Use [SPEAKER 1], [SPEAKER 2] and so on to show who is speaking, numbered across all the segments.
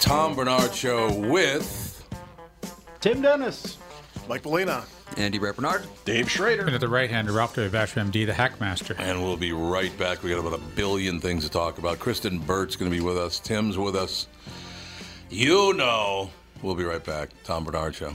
[SPEAKER 1] Tom Bernard Show with
[SPEAKER 2] Tim Dennis,
[SPEAKER 3] Mike Bellina,
[SPEAKER 1] Andy Brett Bernard,
[SPEAKER 3] Dave Schrader.
[SPEAKER 4] At the right hand, Ralph MD, the Hackmaster.
[SPEAKER 1] and we'll be right back. We got about a billion things to talk about. Kristen Burt's going to be with us. Tim's with us. You know, we'll be right back. Tom Bernard Show.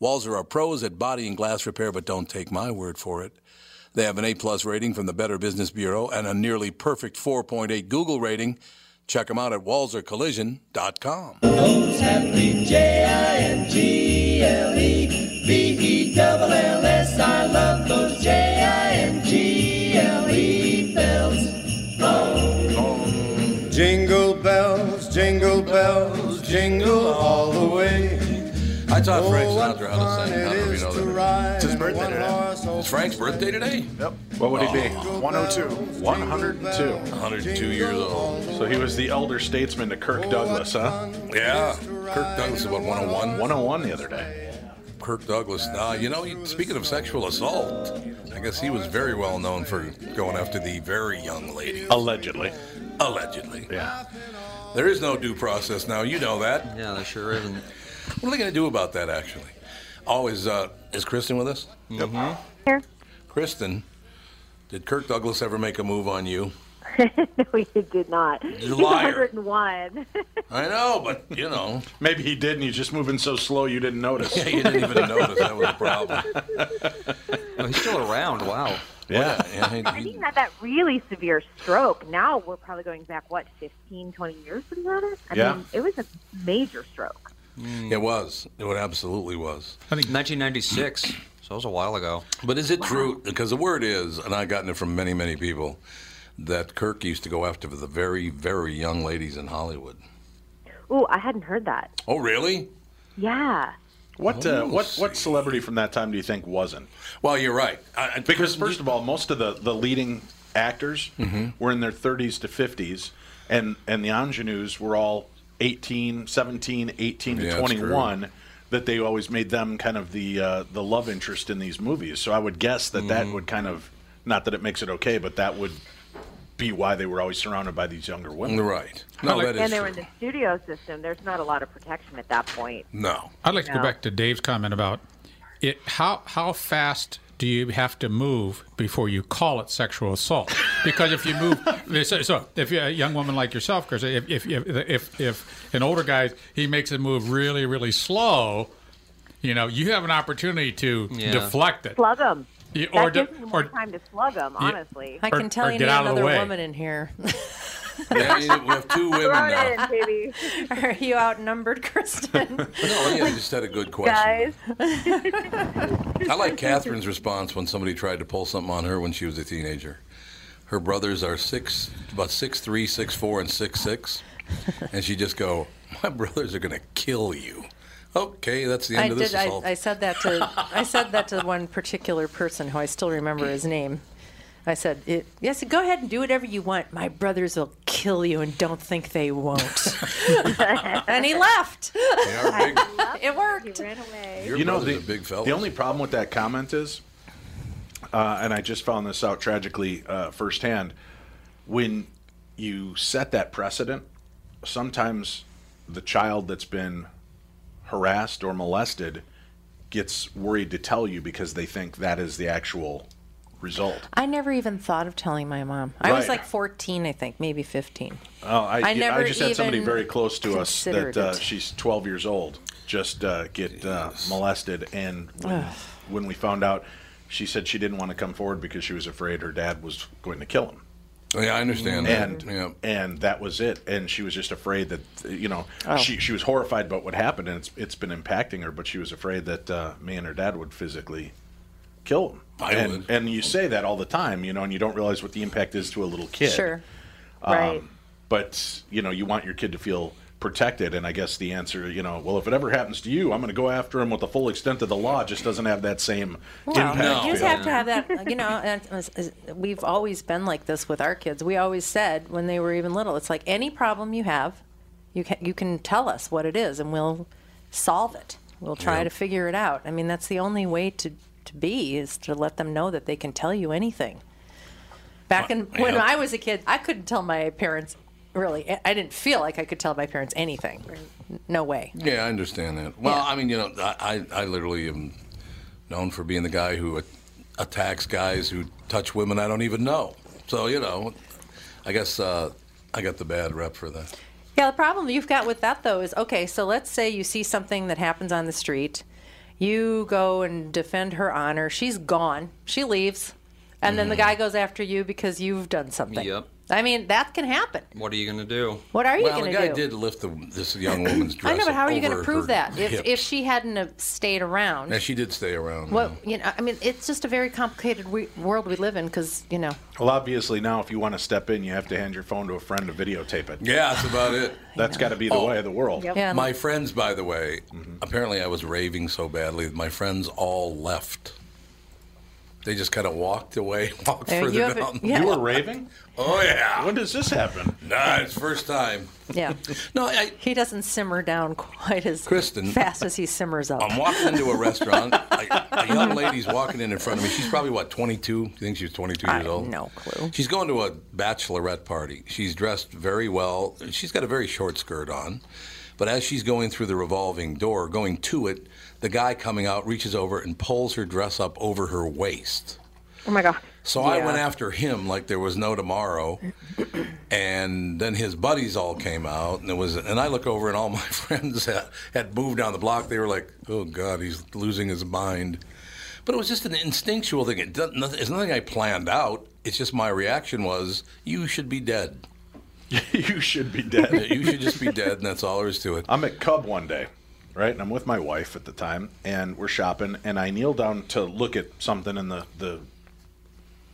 [SPEAKER 1] Walzer are pros at body and glass repair, but don't take my word for it. They have an A plus rating from the Better Business Bureau and a nearly perfect 4.8 Google rating. Check them out at walzercollision.com.
[SPEAKER 5] E E. Jingle bells, jingle bells, jingle all the way.
[SPEAKER 1] I taught Frank
[SPEAKER 5] Oh, what
[SPEAKER 1] Sinatra how to
[SPEAKER 5] fun
[SPEAKER 1] sing. I don't know if you know that.
[SPEAKER 5] It's
[SPEAKER 2] his birthday today.
[SPEAKER 1] It's Frank's birthday today.
[SPEAKER 2] Yep. What would he be? 102. 102.
[SPEAKER 1] 102 years old.
[SPEAKER 2] So he was the elder statesman to Kirk Douglas, huh?
[SPEAKER 1] Yeah. Kirk Douglas is what, 101?
[SPEAKER 2] 101 the other day.
[SPEAKER 1] Kirk Douglas. Now, you know, he- speaking of sexual assault, I guess he was very well known for going after the very young lady,
[SPEAKER 2] Allegedly.
[SPEAKER 1] allegedly.
[SPEAKER 2] Yeah.
[SPEAKER 1] There is no due process now. You know that.
[SPEAKER 6] Yeah, there sure isn't.
[SPEAKER 1] What are they going to do about that, actually? Oh, is, uh, is Kristen with us?
[SPEAKER 7] Here.
[SPEAKER 1] Kristen, did Kirk Douglas ever make a move on you?
[SPEAKER 7] we did not.
[SPEAKER 1] You're a liar.
[SPEAKER 7] 101.
[SPEAKER 1] I know, but, you know,
[SPEAKER 2] Maybe he did, and he's just moving so slow you didn't notice.
[SPEAKER 1] yeah, you didn't even notice that was a problem.
[SPEAKER 6] Oh, he's still around. Wow.
[SPEAKER 2] yeah.
[SPEAKER 1] Yeah, he-
[SPEAKER 7] I think he had that really severe stroke. Now we're probably going back, what, 15, 20 years from that? I
[SPEAKER 2] Yeah.
[SPEAKER 7] mean, it was a major stroke.
[SPEAKER 1] it was. It absolutely was.
[SPEAKER 6] 1996. So that was a while ago.
[SPEAKER 1] But is it true? Because the word is, and I've gotten it from many, many people, that Kirk used to go after for the very, very young ladies in Hollywood.
[SPEAKER 7] Ooh, I hadn't heard that.
[SPEAKER 1] Oh, really?
[SPEAKER 7] Yeah.
[SPEAKER 2] What uh, what what celebrity from that time do you think wasn't?
[SPEAKER 1] Oh, Well, you're right. I, I-
[SPEAKER 2] Because first of all, most of the the leading actors
[SPEAKER 1] Mm-hmm.
[SPEAKER 2] were in their 30s to 50s, and and the ingenues were all 18, 17, 18 to
[SPEAKER 1] Yeah, that's true.
[SPEAKER 2] 21. That they always made them kind of the uh, the love interest in these movies. So I would guess that that
[SPEAKER 1] Mm-hmm.
[SPEAKER 2] would kind of not that it makes it okay, but that would be why they were always surrounded by these younger women.
[SPEAKER 1] you're right. No, that is
[SPEAKER 7] and they were in
[SPEAKER 1] true.
[SPEAKER 7] the studio system. There's not a lot of protection at that point.
[SPEAKER 1] No.
[SPEAKER 4] I'd like to go
[SPEAKER 7] No.
[SPEAKER 4] back to Dave's comment about it. How how fast do you have to move before you call it sexual assault? Because if you move, so, so if you're a young woman like yourself, because if if, if if if an older guy he makes a move really really slow, you know you have an opportunity to
[SPEAKER 6] Yeah.
[SPEAKER 4] deflect it
[SPEAKER 7] Slug them.
[SPEAKER 4] You-
[SPEAKER 7] That
[SPEAKER 4] or
[SPEAKER 7] gives
[SPEAKER 4] de-
[SPEAKER 7] me more
[SPEAKER 4] or-
[SPEAKER 7] time to slug them, honestly.
[SPEAKER 8] I
[SPEAKER 4] Or-
[SPEAKER 8] can tell
[SPEAKER 4] or
[SPEAKER 8] you
[SPEAKER 4] get
[SPEAKER 8] need
[SPEAKER 4] out of the
[SPEAKER 8] another
[SPEAKER 4] way.
[SPEAKER 8] woman in here.
[SPEAKER 1] Yeah, you- we have two women
[SPEAKER 7] Throw
[SPEAKER 1] now.
[SPEAKER 7] it in, baby.
[SPEAKER 8] Are you outnumbered, Kristen?
[SPEAKER 1] No, yeah, you just had a good question.
[SPEAKER 7] Guys.
[SPEAKER 1] I like Catherine's response when somebody tried to pull something on her when she was a teenager. Her brothers are six, about six three, six four, and six six, and she just go, "My brothers are gonna kill you." Okay, that's the end
[SPEAKER 8] I
[SPEAKER 1] of this
[SPEAKER 8] did. I,
[SPEAKER 1] assault.
[SPEAKER 8] I said that to I said that to one particular person who I still remember his name. I said, it, "Yes, go ahead and do whatever you want. My brothers will kill you, and don't think they won't." and he left.
[SPEAKER 1] They are big-
[SPEAKER 8] It worked.
[SPEAKER 7] Ran away.
[SPEAKER 1] your
[SPEAKER 2] you know
[SPEAKER 1] brother's
[SPEAKER 2] the
[SPEAKER 1] a big fella.
[SPEAKER 2] The only problem with that comment is, uh, and I just found this out tragically uh, firsthand, when you set that precedent, sometimes the child that's been harassed or molested gets worried to tell you because they think that is the actual result.
[SPEAKER 8] I never even thought of telling my mom. I was
[SPEAKER 2] Right.
[SPEAKER 8] like 14, I think, maybe 15.
[SPEAKER 2] Oh, I,
[SPEAKER 8] I
[SPEAKER 2] I
[SPEAKER 8] never
[SPEAKER 2] just had somebody
[SPEAKER 8] even
[SPEAKER 2] very close to us that
[SPEAKER 8] considered
[SPEAKER 2] uh,
[SPEAKER 8] it.
[SPEAKER 2] she's 12 years old just uh, get uh, molested, and when, when we found out, she said she didn't want to come forward because she was afraid her dad was going to kill him,
[SPEAKER 1] yeah, I understand that.
[SPEAKER 2] and
[SPEAKER 1] yeah.
[SPEAKER 2] and that was it. And she was just afraid that uh, you know
[SPEAKER 8] Oh.
[SPEAKER 2] she she was horrified about what happened, and it's it's been impacting her. But she was afraid that uh, me and her dad would physically kill him.
[SPEAKER 1] I
[SPEAKER 2] and,
[SPEAKER 1] would.
[SPEAKER 2] and you say that all the time, you know, and you don't realize what the impact is to a little kid
[SPEAKER 8] Sure.
[SPEAKER 7] right.
[SPEAKER 2] Um, but you know you want your kid to feel protected and i guess the answer you know well if it ever happens to you i'm going to go after him with the full extent of the law just doesn't have that same
[SPEAKER 8] Well,
[SPEAKER 2] impact
[SPEAKER 8] you just
[SPEAKER 2] feel.
[SPEAKER 8] have to have that. You know, and it's- it's- we've always been like this with our kids. We always said when they were even little, it's like any problem you have, you can you can tell us what it is, and we'll solve it. We'll try to figure it out. I mean, that's the only way to to be is to let them know that they can tell you anything. Back in when
[SPEAKER 1] yeah.
[SPEAKER 8] I was a kid, I couldn't tell my parents really. I- I didn't feel like I could tell my parents anything. No way.
[SPEAKER 1] Yeah, I understand that. Well,
[SPEAKER 8] Yeah.
[SPEAKER 1] I mean, you know, I, I I literally am known for being the guy who a- attacks guys who touch women I don't even know. So you know, I guess uh, I got the bad rep for that.
[SPEAKER 8] Yeah, the problem you've got with that though is okay, so let's say you see something that happens on the street. You go and defend her honor. She's gone. She leaves. And then the
[SPEAKER 1] Mm-hmm.
[SPEAKER 8] guy goes after you because you've done something.
[SPEAKER 6] Yep.
[SPEAKER 8] I mean, that can happen.
[SPEAKER 6] What are you gonna do?
[SPEAKER 8] What are you
[SPEAKER 1] well,
[SPEAKER 8] going
[SPEAKER 1] the guy
[SPEAKER 8] to do?
[SPEAKER 1] did lift the, this young woman's dress.
[SPEAKER 8] I know, but how are you going to
[SPEAKER 1] over
[SPEAKER 8] prove
[SPEAKER 1] her
[SPEAKER 8] that? If, if
[SPEAKER 1] hips.
[SPEAKER 8] she hadn't have stayed around.
[SPEAKER 1] Yeah, she did stay around. you
[SPEAKER 8] what,
[SPEAKER 1] know.
[SPEAKER 8] you know, I mean, it's just a very complicated we, world we live in because, you know,
[SPEAKER 2] well obviously now if you want to step in you have to hand your phone to a friend to videotape it
[SPEAKER 1] Yeah, that's about it.
[SPEAKER 2] that's got to be the
[SPEAKER 8] Oh,
[SPEAKER 2] way of the world Mm-hmm.
[SPEAKER 7] Yep.
[SPEAKER 8] yeah,
[SPEAKER 1] My friends, by the way, apparently I was raving so badly that my friends all left. They just kind of walked away, walked
[SPEAKER 8] There,
[SPEAKER 1] further
[SPEAKER 8] you have a-
[SPEAKER 1] down.
[SPEAKER 8] yeah.
[SPEAKER 2] you were raving
[SPEAKER 1] Oh yeah,
[SPEAKER 2] when does this happen
[SPEAKER 1] nice first time.
[SPEAKER 8] yeah.
[SPEAKER 1] No, I,
[SPEAKER 8] he doesn't simmer down quite as
[SPEAKER 1] Kristen.
[SPEAKER 8] fast as he simmers up.
[SPEAKER 1] I'm walking into a restaurant. I, a young lady's walking in in front of me. She's probably what 22. You think she's 22
[SPEAKER 8] I
[SPEAKER 1] years old?
[SPEAKER 8] no clue.
[SPEAKER 1] She's going to a bachelorette party. She's dressed very well. She's got a very short skirt on. But as she's going through the revolving door, going to it, the guy coming out reaches over and pulls her dress up over her waist.
[SPEAKER 7] Oh my god.
[SPEAKER 1] So I
[SPEAKER 8] Yeah.
[SPEAKER 1] went after him like there was no tomorrow, and then his buddies all came out, and it was. And I look over, and all my friends had, had moved down the block. They were like, "Oh God, he's losing his mind," but it was just an instinctual thing. It doesn't, nothing, it's nothing I planned out. It's just my reaction was, "You should be dead.
[SPEAKER 2] you should be dead
[SPEAKER 1] You should just be dead, and that's all there is to it."
[SPEAKER 2] I'm at Cub one day, right? And I'm with my wife at the time, and we're shopping, and I kneel down to look at something in the, the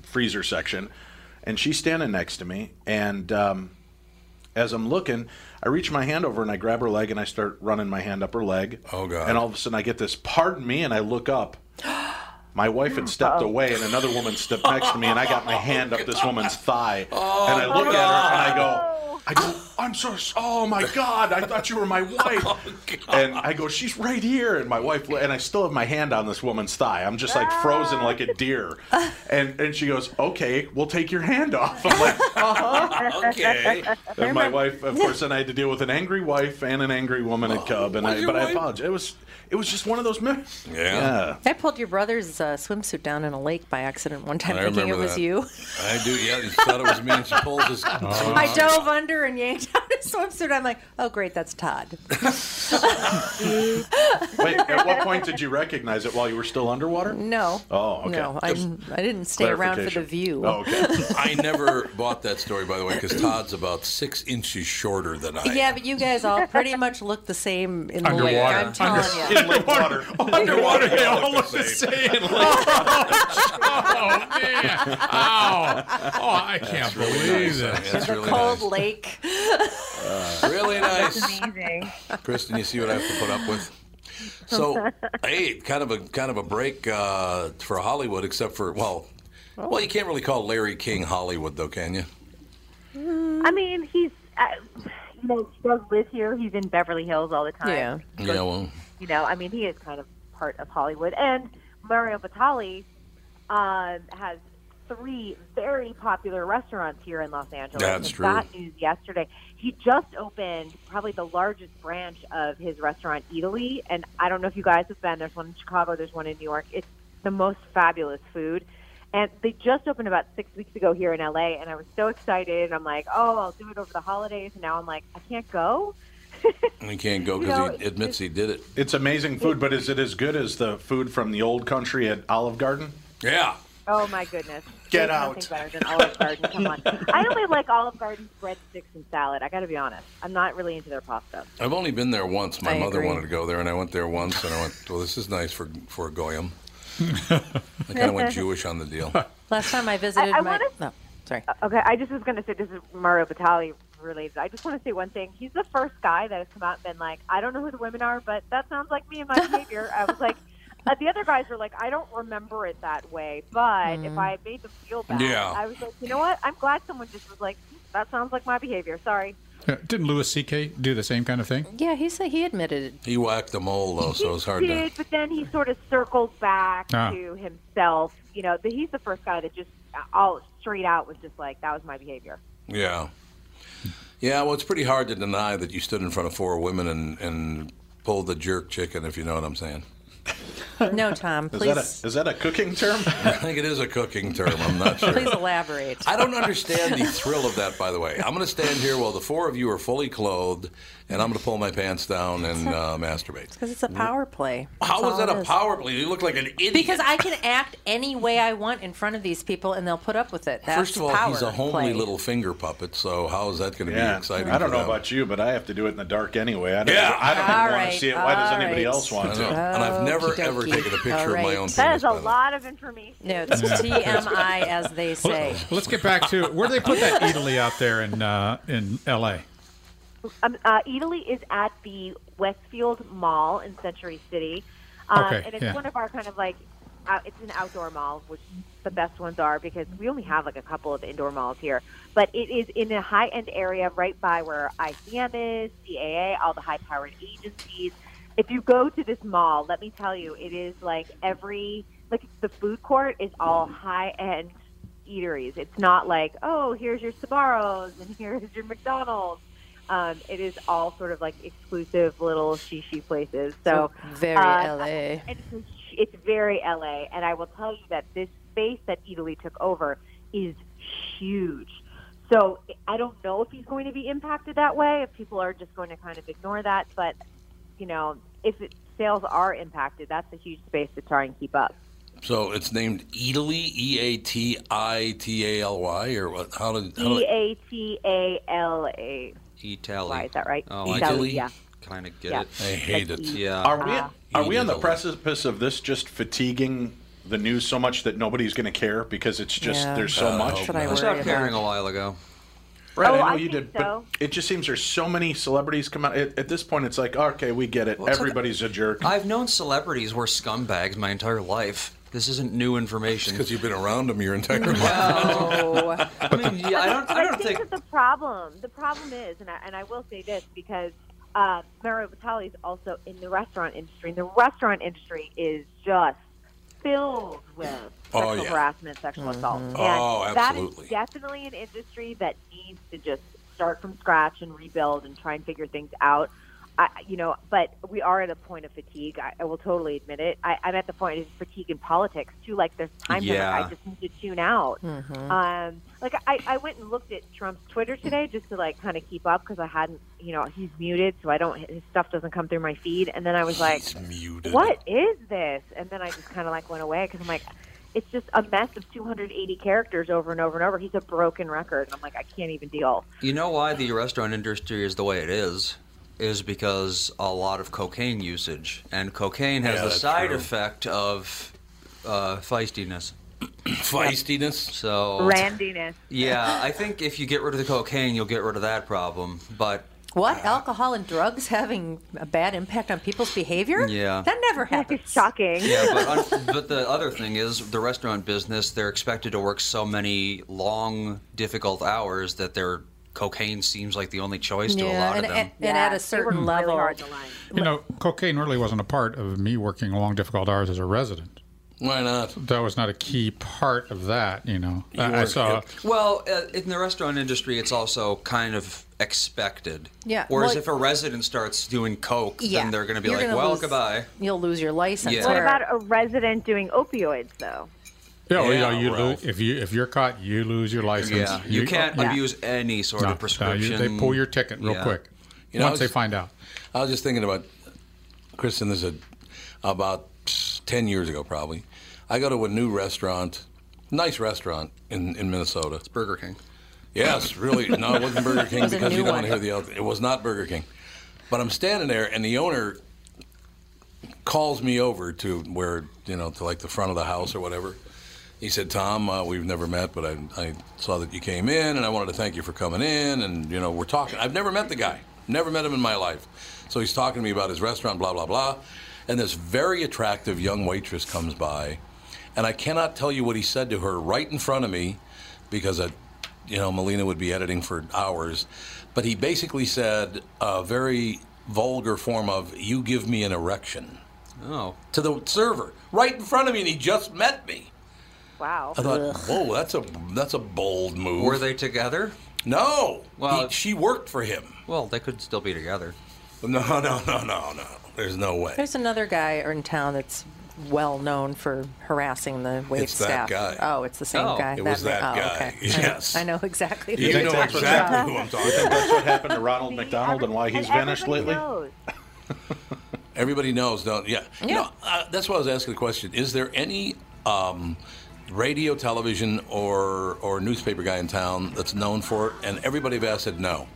[SPEAKER 2] freezer section, and she's standing next to me. And um, as I'm looking, I reach my hand over and I grab her leg and I start running my hand up her leg. Oh god! And all of a sudden, I get this "Pardon me," and I look up. My wife had stepped away, and another woman stepped next to me, and I got my hand up this woman's thigh,
[SPEAKER 1] Oh,
[SPEAKER 2] and I look at her and I go. I go, I'm so, s- oh my God, I thought you were my
[SPEAKER 1] Oh,
[SPEAKER 2] wife. and I go, she's right here. And my wife, and I still have my hand on this woman's thigh. I'm just like frozen like
[SPEAKER 1] Ah.
[SPEAKER 2] a deer. And, and she goes, okay, we'll take your hand off. I'm like,
[SPEAKER 8] Uh-huh.
[SPEAKER 3] okay.
[SPEAKER 2] and my wife, of course, then I had to deal with an angry wife and an angry woman
[SPEAKER 1] Oh,
[SPEAKER 2] at Cub. And I, but I apologize. It was, it was just one of those moments. Yeah.
[SPEAKER 8] I pulled your brother's uh, swimsuit down in a lake by accident one time,
[SPEAKER 1] I
[SPEAKER 8] thinking
[SPEAKER 1] remember
[SPEAKER 8] it was
[SPEAKER 1] that.
[SPEAKER 8] you.
[SPEAKER 1] I do. Yeah, you thought it was me, and she pulls his.
[SPEAKER 2] Oh.
[SPEAKER 8] I dove under and yanked out his swimsuit. I'm like, oh great, that's Todd.
[SPEAKER 2] Wait, at what point did you recognize it while you were still underwater?
[SPEAKER 8] No.
[SPEAKER 2] Oh, okay.
[SPEAKER 8] No, I,
[SPEAKER 2] Just
[SPEAKER 8] I didn't stay around for the
[SPEAKER 2] clarification.
[SPEAKER 8] view.
[SPEAKER 2] Oh, okay.
[SPEAKER 1] I never bought that story, by the way, because Todd's about six inches shorter than I. am.
[SPEAKER 8] Yeah, but you guys all pretty much look the same in the lake.
[SPEAKER 4] Underwater.
[SPEAKER 8] I'm telling you.
[SPEAKER 2] In lake water.
[SPEAKER 4] Underwater, they all look the same. oh, man. Ow. Oh, I can't believe
[SPEAKER 1] Nice.
[SPEAKER 4] this.
[SPEAKER 1] That's really
[SPEAKER 8] Cold
[SPEAKER 1] nice.
[SPEAKER 8] lake.
[SPEAKER 1] Uh, Really nice.
[SPEAKER 7] Amazing.
[SPEAKER 1] Kristen, you see what I have to put up with? So, hey, kind of a kind of a break uh, for Hollywood, except for well, well, you can't really call Larry King Hollywood, though, can you?
[SPEAKER 7] I mean, he's, uh, you know, he does live here. He's in Beverly Hills all the time.
[SPEAKER 8] Yeah.
[SPEAKER 1] Yeah, well,
[SPEAKER 7] You know, I mean, he is kind of part of Hollywood. And Mario Batali um, has three very popular restaurants here in Los Angeles.
[SPEAKER 1] That's
[SPEAKER 7] And
[SPEAKER 1] true.
[SPEAKER 7] That news yesterday. He just opened probably the largest branch of his restaurant, Italy. And I don't know if you guys have been. There's one in Chicago. There's one in New York. It's the most fabulous food. And they just opened about six weeks ago here in LA, and I was so excited. And I'm like, oh, I'll do it over the holidays. And now I'm like, I can't go.
[SPEAKER 1] he can't go
[SPEAKER 7] You know,
[SPEAKER 1] because he
[SPEAKER 7] it's
[SPEAKER 1] admits he did it.
[SPEAKER 2] It's amazing food, but is it as good as the food from the old country at Olive Garden?
[SPEAKER 1] Yeah,
[SPEAKER 7] Oh my goodness!
[SPEAKER 2] Get
[SPEAKER 7] There's nothing
[SPEAKER 2] out.
[SPEAKER 7] better than Olive Garden. Come on. I only like Olive Garden's breadsticks and salad. I got to be honest. I'm not really into their pasta.
[SPEAKER 1] I've only been there once. My
[SPEAKER 8] I
[SPEAKER 1] mother
[SPEAKER 8] agree.
[SPEAKER 1] wanted to go there, and I went there once, and I went, well, this is nice for for Goyim. I kind of went Jewish on the deal.
[SPEAKER 8] Last time I visited
[SPEAKER 7] I
[SPEAKER 8] my
[SPEAKER 7] wanna-
[SPEAKER 8] no, sorry.
[SPEAKER 7] Okay, I just was going to say this is Mario Batali related. I just want to say one thing. He's the first guy that has come out and been like, I don't know who the women are, but that sounds like me and my behavior. I was like, uh, the other guys were like, I don't remember it that way, but if
[SPEAKER 8] Mm.
[SPEAKER 7] I made them feel bad,
[SPEAKER 1] Yeah.
[SPEAKER 7] I was like, you know what? I'm glad someone just was like, that sounds like my behavior. Sorry.
[SPEAKER 4] Yeah, Didn't Louis C.K. do the same kind of thing?
[SPEAKER 8] Yeah, he said he admitted it.
[SPEAKER 1] He whacked the mole though, Oh, so it's hard
[SPEAKER 7] he
[SPEAKER 1] to.
[SPEAKER 7] did, but then he sort of circled back
[SPEAKER 4] Ah.
[SPEAKER 7] to himself. You know, the, he's the first guy that just uh, all straight out was just like, that was my behavior.
[SPEAKER 1] Yeah. Yeah, well, it's pretty hard to deny that you stood in front of four women and, and pulled the jerk chicken, if you know what I'm saying.
[SPEAKER 8] No, Tom,
[SPEAKER 2] Is that, a,
[SPEAKER 8] please
[SPEAKER 2] is that a cooking term?
[SPEAKER 1] I think it is a cooking term. I'm not sure.
[SPEAKER 8] please elaborate.
[SPEAKER 1] I don't understand the thrill of that, by the way. I'm going to stand here while the four of you are fully clothed, and I'm going to pull my pants down and uh, masturbate.
[SPEAKER 8] Because it's a power play. That's
[SPEAKER 1] How is
[SPEAKER 8] all
[SPEAKER 1] that
[SPEAKER 8] it
[SPEAKER 1] a power play? You look like an idiot.
[SPEAKER 8] Because I can act any way I want in front of these people, and they'll put up with it. That's
[SPEAKER 1] First of all,
[SPEAKER 8] power
[SPEAKER 1] he's a homely
[SPEAKER 8] play.
[SPEAKER 1] little finger puppet, so how is that going to be
[SPEAKER 2] Yeah.
[SPEAKER 1] exciting?
[SPEAKER 2] I don't
[SPEAKER 1] for
[SPEAKER 2] know
[SPEAKER 1] them?
[SPEAKER 2] about you, but I have to do it in the dark anyway. I don't,
[SPEAKER 1] Yeah.
[SPEAKER 2] I don't even
[SPEAKER 8] All
[SPEAKER 2] want
[SPEAKER 8] right,
[SPEAKER 2] to see it. Why does
[SPEAKER 8] all
[SPEAKER 2] anybody
[SPEAKER 8] right.
[SPEAKER 2] else
[SPEAKER 1] I
[SPEAKER 2] want
[SPEAKER 1] know.
[SPEAKER 2] to?
[SPEAKER 1] And I've never,
[SPEAKER 8] Okey-dokey.
[SPEAKER 1] ever taken a picture
[SPEAKER 8] All
[SPEAKER 1] of my
[SPEAKER 8] right.
[SPEAKER 1] own penis.
[SPEAKER 7] That is a
[SPEAKER 1] by the way.
[SPEAKER 7] lot of information.
[SPEAKER 8] No, it's TMI, as they say.
[SPEAKER 4] Let's get back to where they put that Italy out there in uh, in L.A.
[SPEAKER 7] Um, uh, Italy is at the Westfield Mall in Century City, um,
[SPEAKER 4] Okay,
[SPEAKER 7] and it's
[SPEAKER 4] yeah.
[SPEAKER 7] one of our kind of like out, it's an outdoor mall, which the best ones are because we only have like a couple of indoor malls here. But it is in a high end area right by where ICM is, CAA, all the high powered agencies. If you go to this mall, let me tell you, it is like every like the food court is all high end eateries. It's not like oh here's your Sbarro's and here's your McDonald's. Um, it is all sort of like exclusive little shishi places. So
[SPEAKER 8] Very
[SPEAKER 7] uh,
[SPEAKER 8] LA.
[SPEAKER 7] and it's, it's very LA, and I will tell you that this space that Italy took over is huge. So I don't know if he's going to be impacted that way, if people are just going to kind of ignore that. But you know, if it, sales are impacted, that's a huge space to try and keep up.
[SPEAKER 1] So it's named Eataly, E A T I T A L Y, or what? How did? How
[SPEAKER 7] E
[SPEAKER 1] did
[SPEAKER 7] A T A L E A Y.
[SPEAKER 6] Italy.
[SPEAKER 7] Is that right?
[SPEAKER 6] Oh, I
[SPEAKER 1] Italy?
[SPEAKER 7] Yeah.
[SPEAKER 6] kind of get
[SPEAKER 7] Yeah.
[SPEAKER 6] it.
[SPEAKER 1] I hate it.
[SPEAKER 6] Yeah.
[SPEAKER 2] Are we, are we on the
[SPEAKER 1] Eataly.
[SPEAKER 2] precipice of this just fatiguing the news so much that nobody's going to care because it's just
[SPEAKER 6] Yeah.
[SPEAKER 2] there's so
[SPEAKER 6] Uh,
[SPEAKER 2] much.
[SPEAKER 6] that's what I I stopped worry about. caring a while ago.
[SPEAKER 2] Right,
[SPEAKER 6] Oh,
[SPEAKER 2] I know
[SPEAKER 6] I
[SPEAKER 2] you
[SPEAKER 6] think
[SPEAKER 2] did, but
[SPEAKER 6] so.
[SPEAKER 2] it just seems there's so many celebrities come out. At, at this point, it's like, okay, we get it.
[SPEAKER 6] Well, it's like-
[SPEAKER 2] Everybody's a jerk.
[SPEAKER 6] I've known celebrities were scumbags my entire life. This isn't new information. Because
[SPEAKER 1] you've been around them your entire
[SPEAKER 8] life.
[SPEAKER 6] I mean, yeah, I don't. I don't
[SPEAKER 7] think,
[SPEAKER 6] think.
[SPEAKER 7] that the problem the problem is, and I, and I will say this because uh, Mario Batali is also in the restaurant industry. And the restaurant industry is just filled with
[SPEAKER 1] Oh,
[SPEAKER 7] sexual
[SPEAKER 1] yeah.
[SPEAKER 7] harassment, sexual assault.
[SPEAKER 6] Mm-hmm.
[SPEAKER 1] Mhm.
[SPEAKER 7] And
[SPEAKER 1] Oh,
[SPEAKER 7] That
[SPEAKER 1] absolutely.
[SPEAKER 7] is definitely an industry that needs to just start from scratch and rebuild and try and figure things out. I, you know, but we are at a point of fatigue. I, I will totally admit it. I, I'm at the point of fatigue in politics too. Like there's times when
[SPEAKER 9] Yeah.
[SPEAKER 7] I just need to tune out.
[SPEAKER 9] Mhm.
[SPEAKER 7] Um, like I, I went and looked at Trump's Twitter today just to like kind of keep up because I hadn't, you know, he's muted, so I don't his stuff doesn't come through my feed. And then I was like, "What is this?" And then I just kind of like went away because I'm like, it's just a mess of 280 characters over and over and over. He's a broken record, and I'm like, I can't even deal.
[SPEAKER 6] You know why the restaurant industry is the way it is? Is because a lot of cocaine usage, and cocaine has
[SPEAKER 1] Yeah,
[SPEAKER 6] the
[SPEAKER 1] that's
[SPEAKER 6] side
[SPEAKER 1] true.
[SPEAKER 6] effect of uh, feistiness.
[SPEAKER 1] Feistiness.
[SPEAKER 6] So
[SPEAKER 7] Randiness.
[SPEAKER 6] Yeah, I think if you get rid of the cocaine, you'll get rid of that problem. But
[SPEAKER 8] What? Alcohol and drugs having a bad impact on people's behavior?
[SPEAKER 6] Yeah.
[SPEAKER 8] That never happens.
[SPEAKER 7] shocking.
[SPEAKER 6] yeah, but, un- but the other thing is the restaurant business. They're expected to work so many long, difficult hours that their cocaine seems like the only choice to a lot
[SPEAKER 8] and,
[SPEAKER 6] of them.
[SPEAKER 8] and, and at a certain level.
[SPEAKER 4] You know, cocaine really wasn't a part of me working long, difficult hours as a resident.
[SPEAKER 1] Why not?
[SPEAKER 4] That was not a key part of that. You know, I, I
[SPEAKER 1] weren't
[SPEAKER 4] saw.
[SPEAKER 6] Well, uh, in the restaurant industry, it's also kind of expected.
[SPEAKER 8] Yeah,
[SPEAKER 6] Whereas
[SPEAKER 8] well-
[SPEAKER 6] if a resident starts doing coke,
[SPEAKER 8] Yeah,
[SPEAKER 6] then they're going to be
[SPEAKER 8] you're
[SPEAKER 6] like,
[SPEAKER 8] gonna
[SPEAKER 6] "Well,
[SPEAKER 8] lose-
[SPEAKER 6] goodbye."
[SPEAKER 8] You'll lose your license.
[SPEAKER 6] Yeah.
[SPEAKER 7] What
[SPEAKER 6] Where-
[SPEAKER 7] about a resident doing opioids though?
[SPEAKER 4] Yeah, well, you
[SPEAKER 6] Yeah,
[SPEAKER 4] know, you lo-
[SPEAKER 6] Ralph.
[SPEAKER 4] if you if you're caught, you lose your license.
[SPEAKER 6] Yeah, you can't abuse any sort
[SPEAKER 4] No,
[SPEAKER 6] of prescription.
[SPEAKER 4] No, you, they pull your ticket real
[SPEAKER 1] Yeah.
[SPEAKER 4] quick
[SPEAKER 1] You know,
[SPEAKER 4] once
[SPEAKER 1] I
[SPEAKER 4] they
[SPEAKER 1] was-
[SPEAKER 4] find out.
[SPEAKER 1] I was just thinking about Kristen. This is a, about ten years ago, probably. I go to a new restaurant, nice restaurant in, in Minnesota. It's
[SPEAKER 6] Burger King.
[SPEAKER 1] Yes, really. No, it wasn't Burger King
[SPEAKER 6] It was a
[SPEAKER 1] because you
[SPEAKER 6] new
[SPEAKER 1] don't
[SPEAKER 6] one.
[SPEAKER 1] want to hear the other. It was not Burger King, but I'm standing there, and the owner calls me over to where you know to like the front of the house or whatever. He said, "Tom, uh, we've never met, but I, I saw that you came in, and I wanted to thank you for coming in, and you know we're talking. I've never met the guy, never met him in my life. So he's talking to me about his restaurant, blah blah blah, and this very attractive young waitress comes by, and I cannot tell you what he said to her right in front of me, because I, you know Melina would be editing for hours, but he basically said a very vulgar form of "You give me an erection."
[SPEAKER 6] Oh.
[SPEAKER 1] To the server, right in front of me, and he just met me.
[SPEAKER 7] Wow.
[SPEAKER 1] I thought, whoa, that's a that's a bold move.
[SPEAKER 6] Were they together?
[SPEAKER 1] No.
[SPEAKER 6] Well-
[SPEAKER 1] He- she worked for him.
[SPEAKER 6] Well, they could still be together.
[SPEAKER 1] No, no, no, no, no. There's no way.
[SPEAKER 8] There's another guy in town that's well known for harassing the wait
[SPEAKER 1] It's that
[SPEAKER 8] staff.
[SPEAKER 1] guy.
[SPEAKER 8] Oh, it's the same
[SPEAKER 1] Oh.
[SPEAKER 8] guy.
[SPEAKER 1] It was that
[SPEAKER 8] oh,
[SPEAKER 1] guy.
[SPEAKER 8] Okay. I-
[SPEAKER 1] Yes.
[SPEAKER 8] I, know exactly.
[SPEAKER 1] You
[SPEAKER 8] you're
[SPEAKER 1] know
[SPEAKER 8] talking
[SPEAKER 1] exactly
[SPEAKER 8] about.
[SPEAKER 1] who I'm
[SPEAKER 2] You think that's what happened to Ronald McDonald and why he's
[SPEAKER 7] and
[SPEAKER 2] vanished
[SPEAKER 7] everybody
[SPEAKER 2] lately?
[SPEAKER 7] knows.
[SPEAKER 1] Everybody knows, don't? Yeah. You
[SPEAKER 7] Yeah.
[SPEAKER 1] know, uh, that's why I was asking the question. Is there any um, radio, television, or or newspaper guy in town that's known for it? And everybody I've asked said no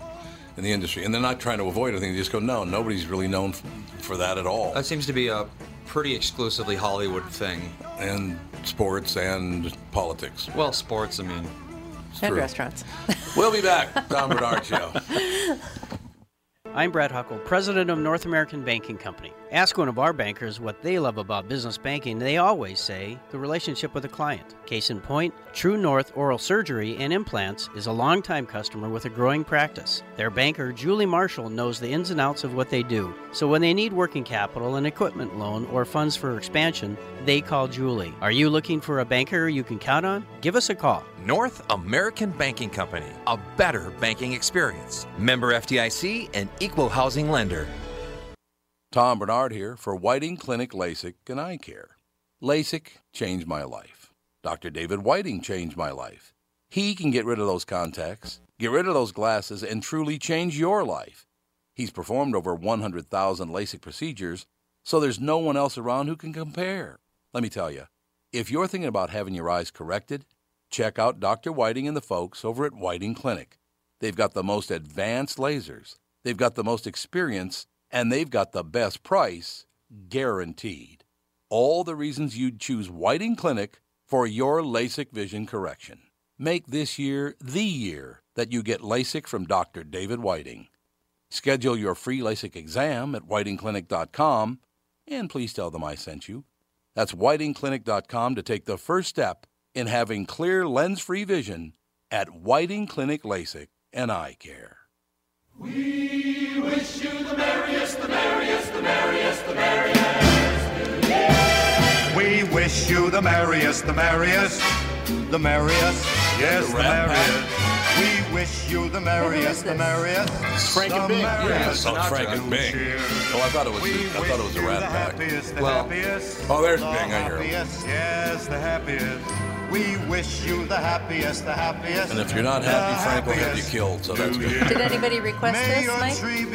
[SPEAKER 1] in the industry, and they're not trying to avoid anything. They just go, no, nobody's really known f- for that at all.
[SPEAKER 6] That seems to be a pretty exclusively Hollywood thing.
[SPEAKER 1] And sports and politics.
[SPEAKER 6] Well, sports, I mean.
[SPEAKER 1] It's
[SPEAKER 8] And
[SPEAKER 1] true.
[SPEAKER 8] restaurants.
[SPEAKER 1] We'll be back, Don Bernard Show.
[SPEAKER 10] I'm Brad Huckle, president of North American Banking Company. Ask one of our bankers what they love about business banking. They always say the relationship with the client. Case in point, True North Oral Surgery and Implants is a longtime customer with a growing practice. Their banker, Julie Marshall, knows the ins and outs of what they do. So when they need working capital, an equipment loan, or funds for expansion, they call Julie. Are you looking for a banker you can count on? Give us a call.
[SPEAKER 11] North American Banking Company, a better banking experience. Member FDIC and equal housing lender.
[SPEAKER 1] Tom Bernard here for Whiting Clinic LASIK and Eye Care. LASIK changed my life. Dr. David Whiting changed my life. He can get rid of those contacts, get rid of those glasses, and truly change your life. He's performed over 100,000 LASIK procedures, so there's no one else around who can compare. Let me tell you, if you're thinking about having your eyes corrected, check out Dr. Whiting and the folks over at Whiting Clinic. They've got the most advanced lasers, they've got the most experience, and they've got the best price guaranteed. all the reasons you'd choose Whiting Clinic for your LASIK vision correction. Make this year the year that you get LASIK from Dr. David Whiting. Schedule your free LASIK exam at whitingclinic.com and please tell them I sent you. That's whitingclinic.com to take the first step in having clear lens free vision at Whiting Clinic LASIK and eye care.
[SPEAKER 5] We wish you the merriest, the merriest, the merriest, the merriest. Oh.
[SPEAKER 9] We wish you the merriest, the merriest, the merriest. Yes, the merriest. We wish you the merriest, the merriest.
[SPEAKER 1] Frank and
[SPEAKER 9] the
[SPEAKER 1] Bing. Yeah,
[SPEAKER 9] merriest.
[SPEAKER 1] it's not Frank and Bing. Oh, I thought it was. I thought it was a Rat Pack.
[SPEAKER 9] well, happiest,
[SPEAKER 1] oh, there's
[SPEAKER 9] the
[SPEAKER 1] Bing. I hear him.
[SPEAKER 9] happiest, yes, the happiest. We wish you the happiest, the happiest.
[SPEAKER 1] And if you're not happy, Frank will have you killed. So that's good.
[SPEAKER 8] Did anybody request this, Mike?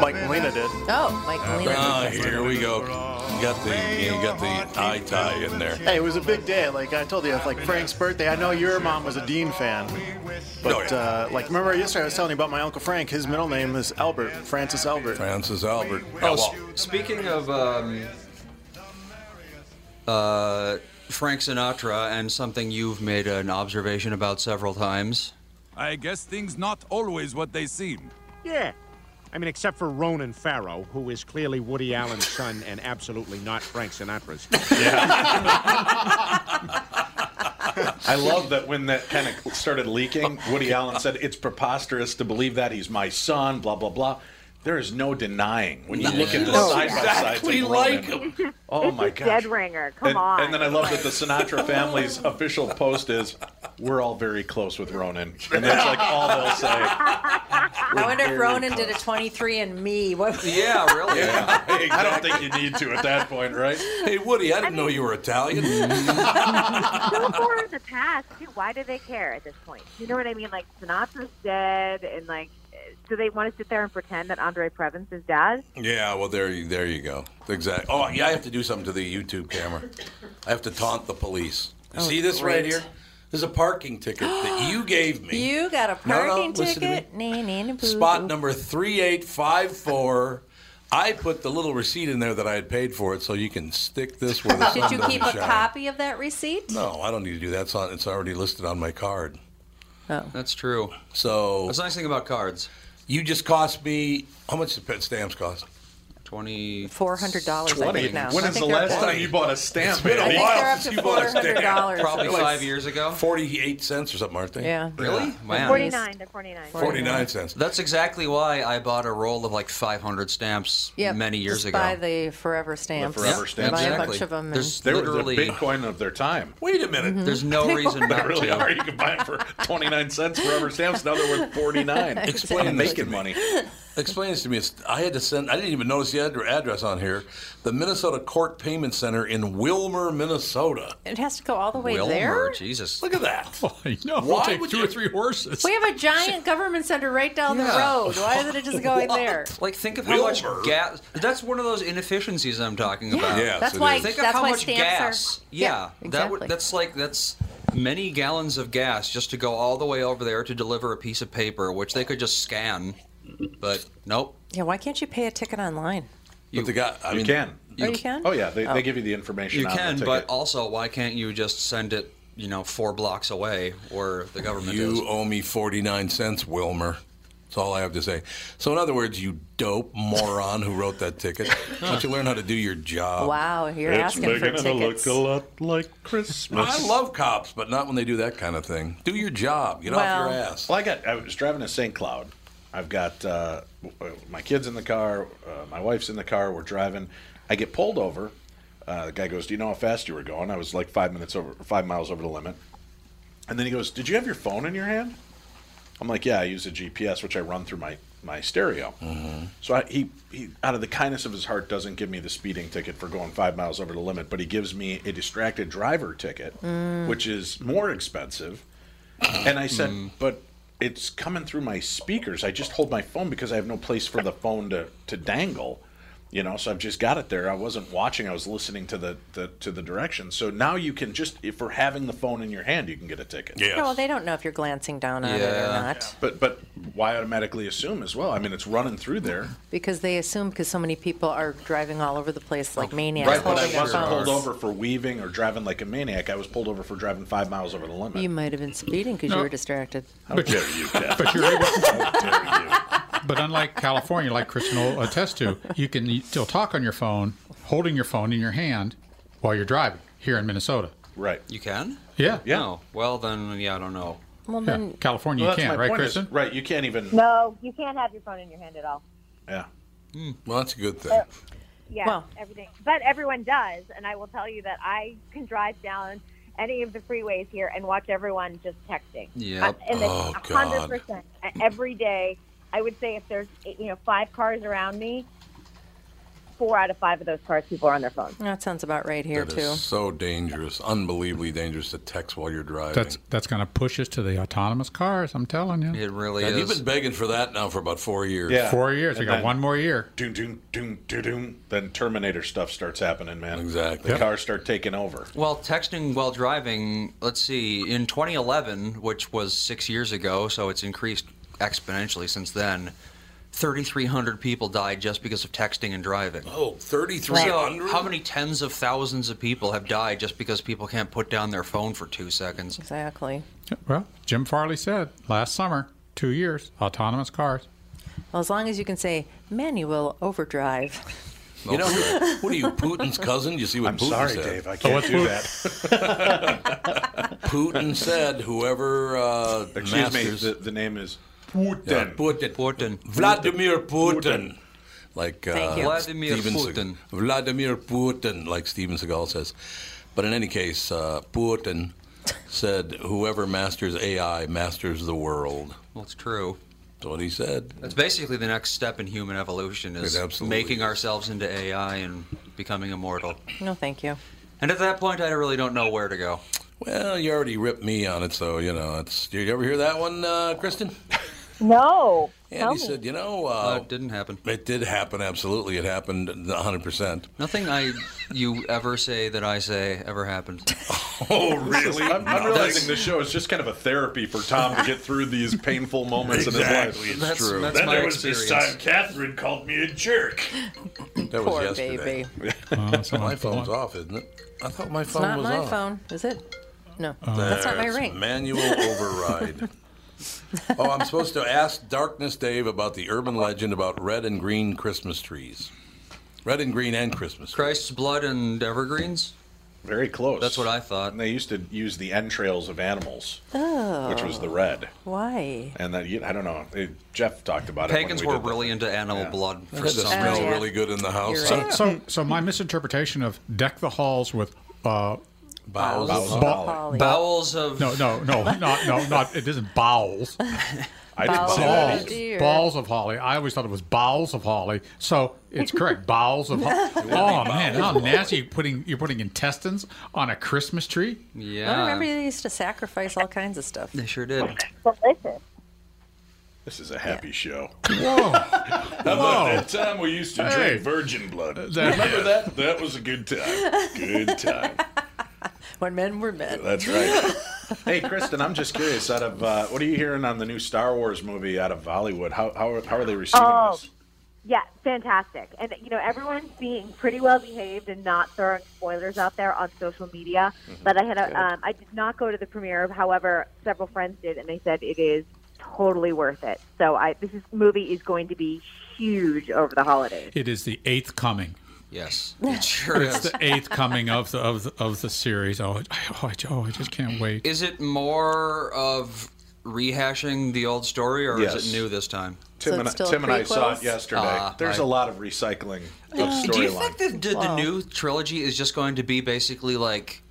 [SPEAKER 1] Mike Molina did.
[SPEAKER 8] Oh, Mike Molina.
[SPEAKER 1] Ah, here we go. You got the you got the eye tie in there.
[SPEAKER 12] Hey, it was a big day. Like I told you, it's like Frank's birthday. I know your mom was a Dean fan,
[SPEAKER 2] Oh,
[SPEAKER 12] but uh, like remember yesterday I was telling you about my uncle Frank. His middle name is Albert, Francis Albert.
[SPEAKER 1] Francis Albert.
[SPEAKER 12] Oh,
[SPEAKER 1] well,
[SPEAKER 6] Speaking of um, uh, Frank Sinatra and something you've made an observation about several times.
[SPEAKER 13] I guess things not always what they seem.
[SPEAKER 14] Yeah. I mean, except for Ronan Farrow, who is clearly Woody Allen's son and absolutely not Frank Sinatra's.
[SPEAKER 2] I love that when that kind of started leaking, Woody Allen said, It's preposterous to believe that he's my son, blah, blah, blah. There is no denying when you look at the
[SPEAKER 1] No.
[SPEAKER 2] side
[SPEAKER 1] Exactly
[SPEAKER 2] by side.
[SPEAKER 1] like
[SPEAKER 2] him. Oh
[SPEAKER 7] it's
[SPEAKER 2] my
[SPEAKER 7] a
[SPEAKER 2] gosh.
[SPEAKER 7] dead ringer. Come
[SPEAKER 2] and,
[SPEAKER 7] on.
[SPEAKER 2] and then I love that the Sinatra family's official post is, "We're all very close with Ronan," and that's like all they'll say.
[SPEAKER 8] I wonder if Ronan did a 23 and me. What?
[SPEAKER 6] Yeah, really.
[SPEAKER 2] I don't think you need to at that point, right?
[SPEAKER 1] Hey Woody, I didn't know you were Italian.
[SPEAKER 7] so far in the past, too. Why do they care at this point? You know what I mean? Like Sinatra's dead, and like, do they want to sit there and pretend that Andre Previns is dad?
[SPEAKER 1] Yeah, well there you there you go. Exactly. Oh yeah, I have to do something to the YouTube camera. I have to taunt the police. You
[SPEAKER 8] Oh,
[SPEAKER 1] see this right
[SPEAKER 8] great.
[SPEAKER 1] here? There's a parking ticket that you gave me.
[SPEAKER 8] You got a
[SPEAKER 1] No, no,
[SPEAKER 8] parking
[SPEAKER 1] listen to me.
[SPEAKER 8] ticket? Nee, nee, nee, boo,
[SPEAKER 1] Spot
[SPEAKER 8] boo.
[SPEAKER 1] number 3854. I put the little receipt in there that I had paid for it, so you can stick this where the sun
[SPEAKER 8] Did you
[SPEAKER 1] doesn't
[SPEAKER 8] keep a
[SPEAKER 1] shine.
[SPEAKER 8] copy of that receipt?
[SPEAKER 1] No, I don't need to do that. It's, on, it's already listed on my card.
[SPEAKER 8] Oh.
[SPEAKER 6] That's true.
[SPEAKER 1] So
[SPEAKER 6] that's the nice thing about cards.
[SPEAKER 1] You just cost me how much does pet stamps cost?
[SPEAKER 6] Twenty
[SPEAKER 8] four hundred dollars.
[SPEAKER 6] I think, now. I think they're up to-
[SPEAKER 2] bought a stamp?
[SPEAKER 1] It's been a
[SPEAKER 6] I think they're
[SPEAKER 1] while
[SPEAKER 6] up
[SPEAKER 1] since
[SPEAKER 6] to
[SPEAKER 1] you bought a stamp.
[SPEAKER 6] $400. Probably five years ago.
[SPEAKER 1] Forty-eight cents or something, aren't they?
[SPEAKER 8] Yeah.
[SPEAKER 6] Really? Man.
[SPEAKER 7] Forty-nine. They're forty-nine.
[SPEAKER 1] 49 cents.
[SPEAKER 6] That's exactly why I bought a roll of like 500 stamps
[SPEAKER 8] Yep,
[SPEAKER 6] many years
[SPEAKER 8] just
[SPEAKER 6] ago.
[SPEAKER 8] Buy the forever stamps.
[SPEAKER 6] forever stamps.
[SPEAKER 8] Buy a
[SPEAKER 6] Exactly.
[SPEAKER 8] bunch of them.
[SPEAKER 6] There's
[SPEAKER 2] They were the
[SPEAKER 6] literally
[SPEAKER 2] Bitcoin of their time.
[SPEAKER 1] Wait a minute.
[SPEAKER 6] There's no reason
[SPEAKER 2] They
[SPEAKER 6] not
[SPEAKER 2] really
[SPEAKER 6] to.
[SPEAKER 2] are. You can buy them for twenty-nine cents for rubber stamps. Now they're worth forty-nine.
[SPEAKER 1] Explain
[SPEAKER 2] I'm
[SPEAKER 1] this
[SPEAKER 2] making
[SPEAKER 1] to me.
[SPEAKER 2] money.
[SPEAKER 1] Explain this to me. It's- I had to send. I didn't even notice the addre- address on here. The Minnesota Court Payment Center in Wilmer, Minnesota.
[SPEAKER 8] It has to go all the way there.
[SPEAKER 6] Jesus.
[SPEAKER 1] Look at that.
[SPEAKER 4] no, we'll
[SPEAKER 1] Why
[SPEAKER 4] take
[SPEAKER 1] would
[SPEAKER 4] two
[SPEAKER 1] you-
[SPEAKER 4] or three horses.
[SPEAKER 8] We have a giant government center right down the
[SPEAKER 6] Yeah.
[SPEAKER 8] road. Why isn't it just going there?
[SPEAKER 6] Like, think of how much gas. That's one of those inefficiencies I'm talking
[SPEAKER 8] Yeah,
[SPEAKER 6] about.
[SPEAKER 8] Yes, that's it why-
[SPEAKER 6] Think
[SPEAKER 8] that's
[SPEAKER 6] of how
[SPEAKER 8] why
[SPEAKER 6] much
[SPEAKER 8] stamps are-
[SPEAKER 6] gas.
[SPEAKER 8] Yeah,
[SPEAKER 6] Yeah, that would,
[SPEAKER 8] exactly.
[SPEAKER 6] that's like that's many gallons of gas just to go all the way over there to deliver a piece of paper, which they could just scan. But nope.
[SPEAKER 8] Yeah, why can't you pay a ticket online?
[SPEAKER 1] You, but the guy, I
[SPEAKER 2] you
[SPEAKER 6] mean-
[SPEAKER 2] can.
[SPEAKER 8] Oh, you can?
[SPEAKER 2] Oh yeah, they,
[SPEAKER 8] Oh.
[SPEAKER 2] they give you the information.
[SPEAKER 6] You
[SPEAKER 2] on the
[SPEAKER 6] can,
[SPEAKER 2] ticket.
[SPEAKER 6] but also, why can't you just send it? You know, four blocks away, or the government
[SPEAKER 1] You
[SPEAKER 6] is.
[SPEAKER 1] owe me forty-nine cents, Wilmer. That's all I have to say. So, in other words, you dope moron who wrote that ticket. Why don't you learn how to do your
[SPEAKER 2] Um,
[SPEAKER 1] job?
[SPEAKER 8] Wow, you're asking for tickets.
[SPEAKER 2] lot like Christmas.
[SPEAKER 1] I love cops, but not when they do that kind of thing. Do your job. Get off your
[SPEAKER 8] Well-
[SPEAKER 1] ass.
[SPEAKER 2] Well, I got. I was driving to St. Cloud. I've got uh, w- my kids in the car. Uh, my wife's in the car. We're driving. I get pulled over. Uh, the guy goes, "Do you know how fast you were going?" I was like five minutes over, five miles over the limit. And then he goes, "Did you have your phone in your hand?" I'm like, "Yeah, I use a GPS, which I run through my my stereo." So I, he, he, out of the kindness of his heart, doesn't give me the speeding ticket for going five miles over the limit, but he gives me a distracted driver ticket,
[SPEAKER 9] Mm.
[SPEAKER 2] which is more expensive. And I said, but it's coming through my speakers. I just hold my phone because I have no place for the phone to, to dangle. you know so i've just got it there i wasn't watching i was listening to the, the to the directions so now you can just if we're having the phone in your hand you can get a ticket
[SPEAKER 8] No, well, they don't know if you're glancing down on it or not
[SPEAKER 2] but but why automatically assume as well i mean it's running through there
[SPEAKER 8] because they assume because so many people are driving all over the place like
[SPEAKER 2] Oh,
[SPEAKER 8] maniacs
[SPEAKER 2] right but
[SPEAKER 8] holding
[SPEAKER 2] i
[SPEAKER 8] their
[SPEAKER 2] wasn't
[SPEAKER 8] phones.
[SPEAKER 2] pulled over for weaving or driving like a maniac i was pulled over for driving five miles over the limit
[SPEAKER 8] You might have been speeding because
[SPEAKER 4] No.
[SPEAKER 8] you were distracted.
[SPEAKER 2] how dare you Jeff?
[SPEAKER 4] But you're able, but unlike California, like Kristen will attest to, you can e, still talk on your phone, holding your phone in your hand while you're driving here in Minnesota.
[SPEAKER 2] Right.
[SPEAKER 6] You can?
[SPEAKER 4] Yeah.
[SPEAKER 6] Yeah. No. Well, then, yeah, I don't know.
[SPEAKER 8] Well,
[SPEAKER 4] Yeah. then- California, you
[SPEAKER 2] that's
[SPEAKER 4] can't,
[SPEAKER 2] my
[SPEAKER 4] right,
[SPEAKER 2] point
[SPEAKER 4] Kristen?
[SPEAKER 2] right you can't even
[SPEAKER 7] No, you can't have your phone in your hand at all.
[SPEAKER 2] yeah
[SPEAKER 1] Hmm, well that's a good thing
[SPEAKER 7] Uh, Yeah, everything. But everyone does, and I will tell you that I can drive down any of the freeways here and watch everyone just texting.
[SPEAKER 5] Yep.
[SPEAKER 7] I- and it's
[SPEAKER 5] Oh,
[SPEAKER 7] a hundred percent E- every day. I would say if there's you know five cars around me, four out of five of those cars people are on their phone.
[SPEAKER 8] That sounds about right here
[SPEAKER 1] That
[SPEAKER 8] too.
[SPEAKER 1] is so dangerous, unbelievably dangerous to text while you're driving.
[SPEAKER 4] That's that's going to push us to the autonomous cars. I'm telling you.
[SPEAKER 1] it
[SPEAKER 6] really
[SPEAKER 1] and You've
[SPEAKER 4] is.
[SPEAKER 1] been begging for that now for about four years.
[SPEAKER 4] Four years. We
[SPEAKER 2] And
[SPEAKER 4] got
[SPEAKER 2] then-
[SPEAKER 4] one more year.
[SPEAKER 2] doom doom doom doom doom then terminator stuff starts happening man
[SPEAKER 1] exactly
[SPEAKER 2] the cars start taking over
[SPEAKER 6] Well, texting while driving, let's see, in 2011, which was six years ago, so it's increased exponentially since then. 3,300 people died just because of texting and driving.
[SPEAKER 1] Oh, 3,300?
[SPEAKER 6] So how many tens of thousands of people have died just because people can't put down their phone for two seconds?
[SPEAKER 8] Exactly.
[SPEAKER 4] Well, Jim Farley said last summer, two years, autonomous cars.
[SPEAKER 8] Well, as long as you can say manual overdrive.
[SPEAKER 1] You know, who- what are you, Putin's cousin? You see what
[SPEAKER 2] I'm
[SPEAKER 1] Putin
[SPEAKER 2] sorry,
[SPEAKER 1] said?
[SPEAKER 2] Dave, I can't Oh, what's do
[SPEAKER 1] that. Putin said, "Whoever uh,
[SPEAKER 2] Excuse me,
[SPEAKER 1] masters-
[SPEAKER 2] the- the name is Putin.
[SPEAKER 1] Yeah, Putin.
[SPEAKER 6] Putin.
[SPEAKER 1] Vladimir Putin. Like uh,
[SPEAKER 6] Thank you. Vladimir
[SPEAKER 1] Steven Seagal-
[SPEAKER 6] Putin.
[SPEAKER 1] Vladimir Putin, like Steven Seagal says. But in any case, uh, Putin said, "Whoever masters AI masters the world."
[SPEAKER 6] Well, it's true.
[SPEAKER 1] That's what he said.
[SPEAKER 6] That's basically the next step in human evolution is
[SPEAKER 1] It absolutely
[SPEAKER 6] making ourselves into AI and becoming immortal.
[SPEAKER 8] No, thank you.
[SPEAKER 6] And at that point, I really don't know where to go.
[SPEAKER 1] Well, you already ripped me on it, so you know. It's. Did you ever hear that one, uh, Kristen?
[SPEAKER 7] No.
[SPEAKER 1] And
[SPEAKER 7] tell
[SPEAKER 1] he
[SPEAKER 7] me.
[SPEAKER 1] said, you know, uh,
[SPEAKER 6] it didn't happen.
[SPEAKER 1] It did happen. Absolutely, it happened 100. percent
[SPEAKER 6] Nothing I you ever say that I say ever happened.
[SPEAKER 1] Oh,
[SPEAKER 2] This is- I'm, I'm realizing this show is just kind of a therapy for Tom to get through these painful moments
[SPEAKER 1] Exactly,
[SPEAKER 2] in his life.
[SPEAKER 1] it's That's- true. that's my experience.
[SPEAKER 2] Catherine called me a jerk.
[SPEAKER 1] That
[SPEAKER 8] Poor
[SPEAKER 1] was yesterday.
[SPEAKER 8] baby.
[SPEAKER 1] my phone's off, isn't it? I thought my
[SPEAKER 8] It's
[SPEAKER 1] phone
[SPEAKER 8] not
[SPEAKER 1] was
[SPEAKER 8] my
[SPEAKER 1] off.
[SPEAKER 8] phone, is it? No,
[SPEAKER 1] Uh,
[SPEAKER 8] that's not my
[SPEAKER 1] That's
[SPEAKER 8] ring.
[SPEAKER 1] Manual override. oh, I'm supposed to ask Darkness Dave about the urban legend about red and green Christmas trees. Red and green and Christmas.
[SPEAKER 6] Christ's blood and evergreens.
[SPEAKER 2] Very close. That's what
[SPEAKER 6] I thought.
[SPEAKER 2] And they used to use the entrails of animals,
[SPEAKER 8] Oh.
[SPEAKER 2] which was the red.
[SPEAKER 8] Why?
[SPEAKER 2] And that you- I don't know. it- Jeff talked about it.
[SPEAKER 6] Pagans were really into animal blood for some reason.
[SPEAKER 1] good in the
[SPEAKER 2] Oh,
[SPEAKER 1] house.
[SPEAKER 4] So, so, so my misinterpretation of deck the halls with uh,
[SPEAKER 1] Bowels.
[SPEAKER 6] Bowels of
[SPEAKER 4] bow-
[SPEAKER 6] holly. Bowels of-
[SPEAKER 4] no, no, no, not no, not it isn't bowels.
[SPEAKER 2] I
[SPEAKER 5] didn't
[SPEAKER 4] balls,
[SPEAKER 5] say that either.
[SPEAKER 4] balls, of holly. I always thought it was bowels of holly. So it's correct. Bowels of holly.
[SPEAKER 5] It would be
[SPEAKER 4] oh man,
[SPEAKER 5] bowels
[SPEAKER 4] how
[SPEAKER 5] of holly.
[SPEAKER 4] nasty! You're putting you're putting intestines on a Christmas tree.
[SPEAKER 8] I remember they used to sacrifice all kinds of stuff.
[SPEAKER 6] They sure did.
[SPEAKER 7] Delicious.
[SPEAKER 2] This is a happy show.
[SPEAKER 4] Whoa.
[SPEAKER 2] How about
[SPEAKER 4] Whoa.
[SPEAKER 2] that time we used to
[SPEAKER 4] Hey.
[SPEAKER 2] drink virgin blood?
[SPEAKER 4] that-
[SPEAKER 2] Remember that? That was a good time. Good time.
[SPEAKER 8] When men were men.
[SPEAKER 2] That's right. hey, Kristen, I'm just curious. Out of uh, what are you hearing on the new Star Wars movie out of Hollywood? How how, are- how are they receiving
[SPEAKER 7] Oh.
[SPEAKER 2] this?
[SPEAKER 7] Yeah, fantastic. And, you know, everyone's being pretty well behaved and not throwing spoilers out there on social media.
[SPEAKER 2] Mm-hmm.
[SPEAKER 7] But I had
[SPEAKER 15] Good.
[SPEAKER 7] a, um, I did not go to the premiere. However, several friends did, and they said it is totally worth it. So I, this is, movie is going to be huge over the holidays.
[SPEAKER 4] It is the eighth coming.
[SPEAKER 6] Yes, it sure
[SPEAKER 4] it's
[SPEAKER 6] is.
[SPEAKER 4] the eighth coming of the of the, of the series. Oh, I, oh, I, oh, I just can't wait.
[SPEAKER 6] Is it more of rehashing the old story, or
[SPEAKER 2] Yes.
[SPEAKER 6] is it new this time?
[SPEAKER 2] Tim, and, I- Tim and I saw it yesterday.
[SPEAKER 4] Ah,
[SPEAKER 2] There's
[SPEAKER 6] a
[SPEAKER 2] a lot of recycling of
[SPEAKER 6] Do you think
[SPEAKER 2] storyline.
[SPEAKER 6] that the,
[SPEAKER 2] Wow.
[SPEAKER 6] the new trilogy is just going to be basically like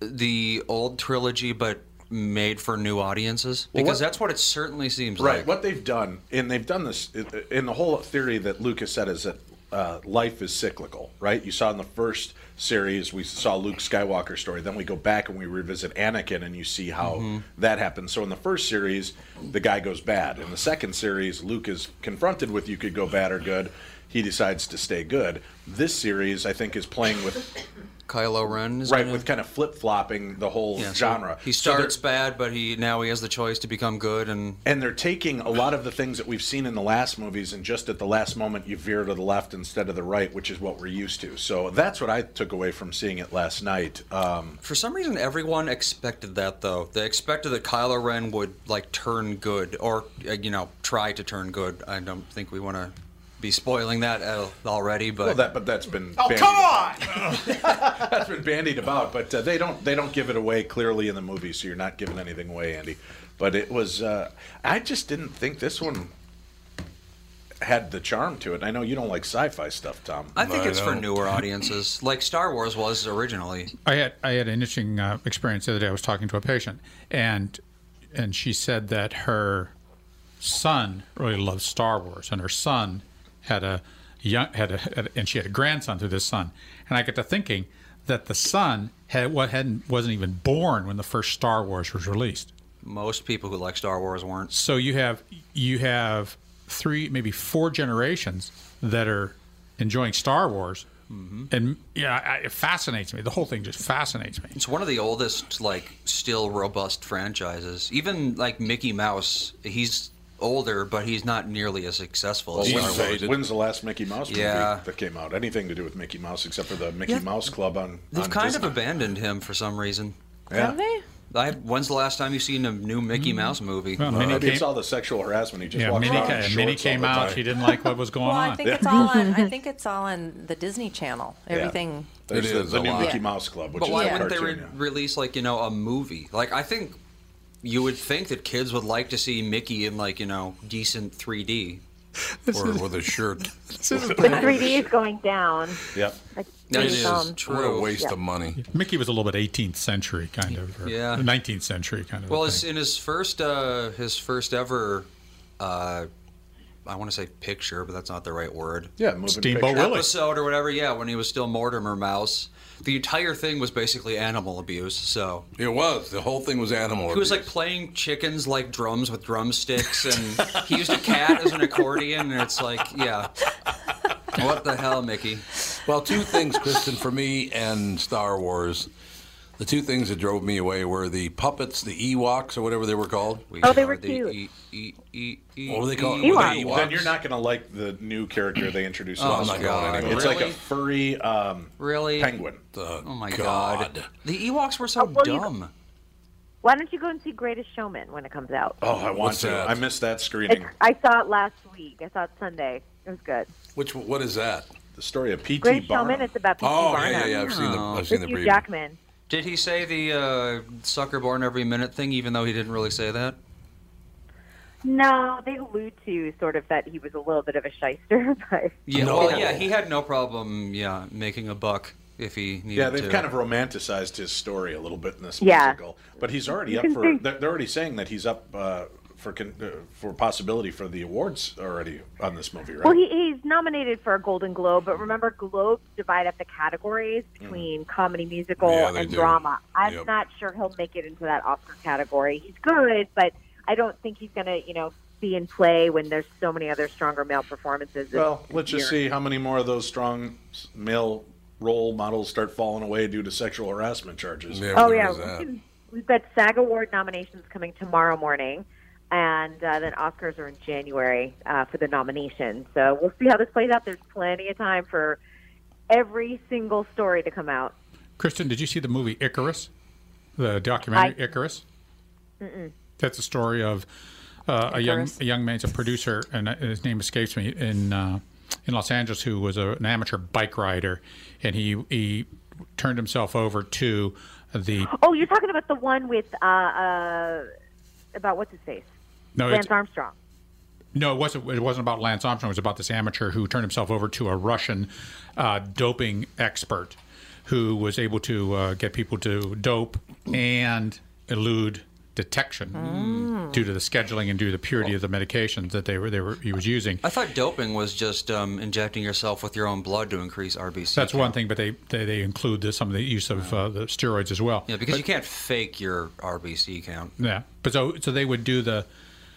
[SPEAKER 6] the old trilogy, but made for new audiences?
[SPEAKER 2] Well,
[SPEAKER 6] Because
[SPEAKER 2] what-
[SPEAKER 6] that's what it certainly seems
[SPEAKER 2] Right.
[SPEAKER 6] like.
[SPEAKER 2] What they've done, and they've done this, and the whole theory that Lucas said is that uh, life is cyclical, right? You saw in the first series, we saw Luke Skywalker's story. Then we go back and we revisit Anakin, and you see how
[SPEAKER 6] Mm-hmm.
[SPEAKER 15] Mhm.
[SPEAKER 2] that happens. So in the first series, the guy goes bad. In the second series, Luke is confronted with you could go bad or good. He decides to stay good. This series, I think, is playing with
[SPEAKER 6] Kylo Ren,
[SPEAKER 2] right? With kind of flip flopping the whole
[SPEAKER 6] Yeah, so
[SPEAKER 2] genre.
[SPEAKER 6] He
[SPEAKER 2] So they're-
[SPEAKER 6] starts bad, but he now he has the choice to become good and
[SPEAKER 2] and they're taking a lot of the things that we've seen in the last movies and just at the last moment you veer to the left instead of the right which is what we're used to so that's what i took away from seeing it last night um,
[SPEAKER 6] For some reason, everyone expected that, though. They expected that Kylo Ren would like turn good, or uh, you know, try to turn good. I don't think we want to be spoiling that uh, already, but
[SPEAKER 2] Well, that- but that's been
[SPEAKER 12] Oh,
[SPEAKER 2] bandied
[SPEAKER 12] come on!
[SPEAKER 2] about. that's been bandied about but uh, they don't they don't give it away clearly in the movie so you're not giving anything away andy but it was uh, i just didn't think this one had the charm to it i know you don't like sci-fi stuff tom
[SPEAKER 6] I think it's for newer
[SPEAKER 2] um,
[SPEAKER 6] audiences, like Star Wars was originally.
[SPEAKER 4] I had I had an interesting uh, experience the other day. I was talking to a patient, and and she said that her son really loved Star Wars, and her son had a young had a had a- and she had a grandson through this son, and I got to thinking that the son had what hadn't wasn't even born when the first Star Wars was released.
[SPEAKER 6] Most people who like Star Wars weren't.
[SPEAKER 4] So you have you have three maybe four generations that are enjoying Star Wars,
[SPEAKER 6] Mm-hmm.
[SPEAKER 4] and yeah, I- it fascinates me. The whole thing just fascinates me.
[SPEAKER 6] It's one of the oldest, like, still robust franchises. Even like Mickey Mouse, he's older, but he's not nearly as successful.
[SPEAKER 2] Well,
[SPEAKER 6] as Star
[SPEAKER 2] when's,
[SPEAKER 6] Wars.
[SPEAKER 2] when's the last Mickey Mouse movie
[SPEAKER 6] Yeah.
[SPEAKER 2] that came out? Anything to do with Mickey Mouse except for the Mickey
[SPEAKER 6] Yeah.
[SPEAKER 2] Mouse Club on?
[SPEAKER 6] They've
[SPEAKER 2] on
[SPEAKER 6] kind
[SPEAKER 2] Disney.
[SPEAKER 6] of abandoned him for some reason.
[SPEAKER 2] Yeah. Have
[SPEAKER 8] they? Hmm.
[SPEAKER 6] I, when's the last time you've seen a new Mickey Mouse movie?
[SPEAKER 4] Well, Minnie
[SPEAKER 2] Maybe it's all the sexual harassment. He just
[SPEAKER 4] Yeah,
[SPEAKER 2] walks
[SPEAKER 4] Minnie
[SPEAKER 2] around
[SPEAKER 4] ca-
[SPEAKER 2] in shorts
[SPEAKER 4] Minnie
[SPEAKER 2] all
[SPEAKER 4] came
[SPEAKER 2] the
[SPEAKER 4] out,
[SPEAKER 2] time.
[SPEAKER 4] she didn't like what was going
[SPEAKER 8] well, I think it's all on. I think it's all on the Disney Channel.
[SPEAKER 6] Yeah.
[SPEAKER 8] Everything.
[SPEAKER 2] There's
[SPEAKER 6] It
[SPEAKER 2] the,
[SPEAKER 6] is
[SPEAKER 2] the
[SPEAKER 6] a
[SPEAKER 2] new
[SPEAKER 6] lot.
[SPEAKER 2] Mickey
[SPEAKER 6] Yeah.
[SPEAKER 2] Mouse Club, which
[SPEAKER 6] but
[SPEAKER 2] is
[SPEAKER 6] why
[SPEAKER 2] a
[SPEAKER 6] wouldn't they
[SPEAKER 2] cartoon.
[SPEAKER 6] re- release like you know a movie? Like I think you would think that kids would like to see Mickey in like you know decent 3D
[SPEAKER 1] This Or is- with a shirt.
[SPEAKER 6] This
[SPEAKER 7] But 3D is going down.
[SPEAKER 2] Yep.
[SPEAKER 7] Like,
[SPEAKER 4] That
[SPEAKER 7] it's,
[SPEAKER 4] is
[SPEAKER 7] um, yeah.
[SPEAKER 1] money.
[SPEAKER 4] Mickey was a little bit 18th century kind of, or
[SPEAKER 6] Yeah.
[SPEAKER 4] 19th century kind of.
[SPEAKER 6] Well, it's in his first uh, his first ever. Uh, I want to say picture, but that's not the right word.
[SPEAKER 2] Yeah, moving Steamboat picture. Willie.
[SPEAKER 6] episode or whatever. Yeah, when he was still Mortimer Mouse, the entire thing was basically animal abuse. So
[SPEAKER 1] it was the whole thing was animal.
[SPEAKER 6] He was like playing chickens like drums with drumsticks, and he used a cat as an accordion, and it's like, yeah, what the hell, Mickey?
[SPEAKER 1] Well, two things, Kristen, for me and Star Wars. The two things that drove me away were the puppets, the Ewoks or whatever they were called.
[SPEAKER 7] Oh, they were cute.
[SPEAKER 6] E-
[SPEAKER 1] What were they called?
[SPEAKER 7] Ewoks.
[SPEAKER 1] Were they Ewoks?
[SPEAKER 2] Then you're not going to like the new character they introduced.
[SPEAKER 6] Oh,
[SPEAKER 2] last
[SPEAKER 6] my
[SPEAKER 2] week.
[SPEAKER 6] God.
[SPEAKER 2] It's like a
[SPEAKER 6] Really?
[SPEAKER 2] furry um,
[SPEAKER 6] Really?
[SPEAKER 2] penguin.
[SPEAKER 6] oh my god. The Ewoks were so
[SPEAKER 7] Oh, well, you-
[SPEAKER 6] dumb.
[SPEAKER 7] Why don't you go and see Greatest Showman when it comes out?
[SPEAKER 2] Oh, I want
[SPEAKER 1] What's
[SPEAKER 2] to.
[SPEAKER 1] that?
[SPEAKER 2] I missed that
[SPEAKER 7] It's,
[SPEAKER 2] screening.
[SPEAKER 7] I saw it last week. I saw it Sunday. It was good.
[SPEAKER 1] Which what is that?
[SPEAKER 2] The story of
[SPEAKER 7] Greatest
[SPEAKER 2] P.T.
[SPEAKER 7] Showman.
[SPEAKER 2] Barnum.
[SPEAKER 7] It's about P.T.
[SPEAKER 6] Oh, yeah,
[SPEAKER 7] Barnum.
[SPEAKER 6] yeah, yeah, I've seen the- I've
[SPEAKER 2] Oh,
[SPEAKER 7] With
[SPEAKER 6] seen the
[SPEAKER 7] Hugh
[SPEAKER 6] preview.
[SPEAKER 7] Jackman.
[SPEAKER 6] Did he say the uh, sucker born every minute thing, even though he didn't really say that?
[SPEAKER 7] No, they allude to sort of that he was a little bit of a shyster, but
[SPEAKER 6] Yeah,
[SPEAKER 2] No.
[SPEAKER 6] well, yeah, he had no problem, yeah, making a buck if he needed
[SPEAKER 2] Yeah, they've
[SPEAKER 6] to.
[SPEAKER 2] kind of romanticized his story a little bit in this
[SPEAKER 6] Yeah.
[SPEAKER 2] musical, but he's already
[SPEAKER 6] You
[SPEAKER 2] up
[SPEAKER 6] can
[SPEAKER 2] for.
[SPEAKER 6] think-
[SPEAKER 2] They're they're already saying that he's up uh, for con- uh, for possibility for the awards already on this movie, right?
[SPEAKER 7] Well, he, he's nominated for a Golden Globe, but remember, Globes divide up the categories between comedy, musical,
[SPEAKER 2] Mm. Yeah, they
[SPEAKER 7] and
[SPEAKER 2] do.
[SPEAKER 7] drama. I'm
[SPEAKER 2] Yep.
[SPEAKER 7] not sure he'll make it into that Oscar category. He's good, but I don't think he's going to, you know, be in play when there's so many other stronger male performances. this-
[SPEAKER 2] Well,
[SPEAKER 7] this
[SPEAKER 2] let's just
[SPEAKER 7] year.
[SPEAKER 2] see how many more of those strong s- male role models start falling away due to sexual harassment charges.
[SPEAKER 7] oh yeah, we can, we've got SAG Award nominations coming tomorrow morning, and uh, then Oscars are in January uh, for the nomination. So we'll see how this plays out. There's plenty of time for every single story to come out.
[SPEAKER 4] Kristen, did you see the movie Icarus? The documentary Icarus?
[SPEAKER 7] Mm-mm.
[SPEAKER 4] That's the story of uh, a young
[SPEAKER 7] Icarus.
[SPEAKER 4] a young man's a producer, and uh, his name escapes me in uh, in Los Angeles, who was a, an amateur bike rider, and he he turned himself over to the
[SPEAKER 7] Oh, you're talking about the one with uh, uh, about what's his face?
[SPEAKER 4] No,
[SPEAKER 7] Lance
[SPEAKER 4] it's-
[SPEAKER 7] Armstrong.
[SPEAKER 4] No, it wasn't. It wasn't about Lance Armstrong. It was about this amateur who turned himself over to a Russian uh, doping expert, who was able to uh, get people to dope and elude detection
[SPEAKER 6] Mm.
[SPEAKER 4] due to the scheduling and due to the purity of the medications that they were they were he was using.
[SPEAKER 6] I thought doping was just um, injecting yourself with your own blood to increase RBC.
[SPEAKER 4] That's one thing, but they they, they include this, some of the use of uh, the steroids as well.
[SPEAKER 6] Yeah, because you can't fake your RBC count.
[SPEAKER 4] Yeah, but so so they would do the,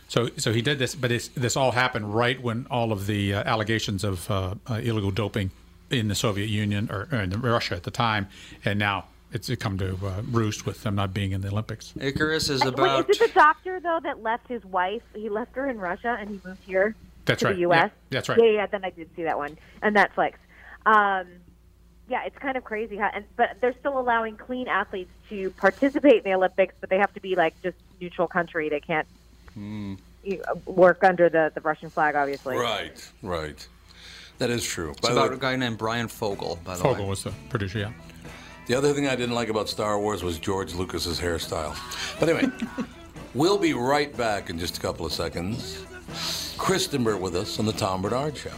[SPEAKER 4] so so he did this, but it's, this all happened right when all of the uh, allegations of uh, uh, illegal doping in the Soviet Union or, or in Russia at the time, and now it's come to uh, roost with them not being in the Olympics.
[SPEAKER 6] Icarus is
[SPEAKER 7] Uh, Wait, is it the doctor though that left his wife? He left her in Russia and he moved here.
[SPEAKER 4] That's
[SPEAKER 7] to
[SPEAKER 4] right.
[SPEAKER 7] The
[SPEAKER 4] Yeah,
[SPEAKER 7] U.S.
[SPEAKER 4] that's right.
[SPEAKER 7] Yeah, yeah. Then I did see that one on Netflix. Um, yeah, it's kind of crazy. How, and but they're still allowing clean athletes to participate in the Olympics, but they have to be like just neutral country. They can't
[SPEAKER 6] hmm.
[SPEAKER 7] you know, work under the the Russian flag, obviously.
[SPEAKER 1] Right, right. That is true.
[SPEAKER 6] It's about a guy named Brian Fogel, by the way.
[SPEAKER 4] was the producer, yeah.
[SPEAKER 1] The other thing I didn't like about Star Wars was George Lucas's hairstyle. But anyway, we'll be right back in just a couple of seconds. Kristen Burt with us on the Tom Bernard Show.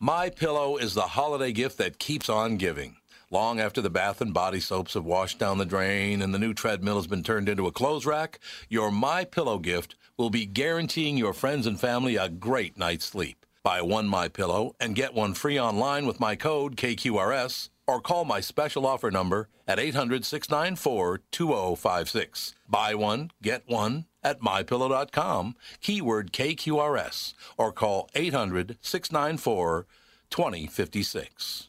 [SPEAKER 1] My Pillow is the holiday gift that keeps on giving. Long after the bath and body soaps have washed down the drain and the new treadmill has been turned into a clothes rack, your My Pillow gift will be guaranteeing your friends and family a great night's sleep. Buy one My Pillow and get one free online with my code KQRS or call my special offer number at 800-694-2056. Buy one, get one at mypillow.com, keyword KQRS, or call 800-694-2056.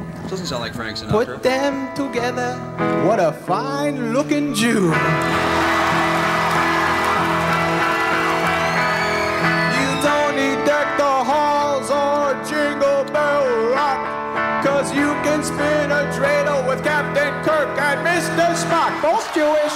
[SPEAKER 6] Doesn't sound like Frank Sinatra.
[SPEAKER 15] Put them together, what a fine looking Jew. You don't need deck the halls or jingle bell rock, cause you can spin a dreidel with Captain Kirk and Mr. Spock, both Jewish.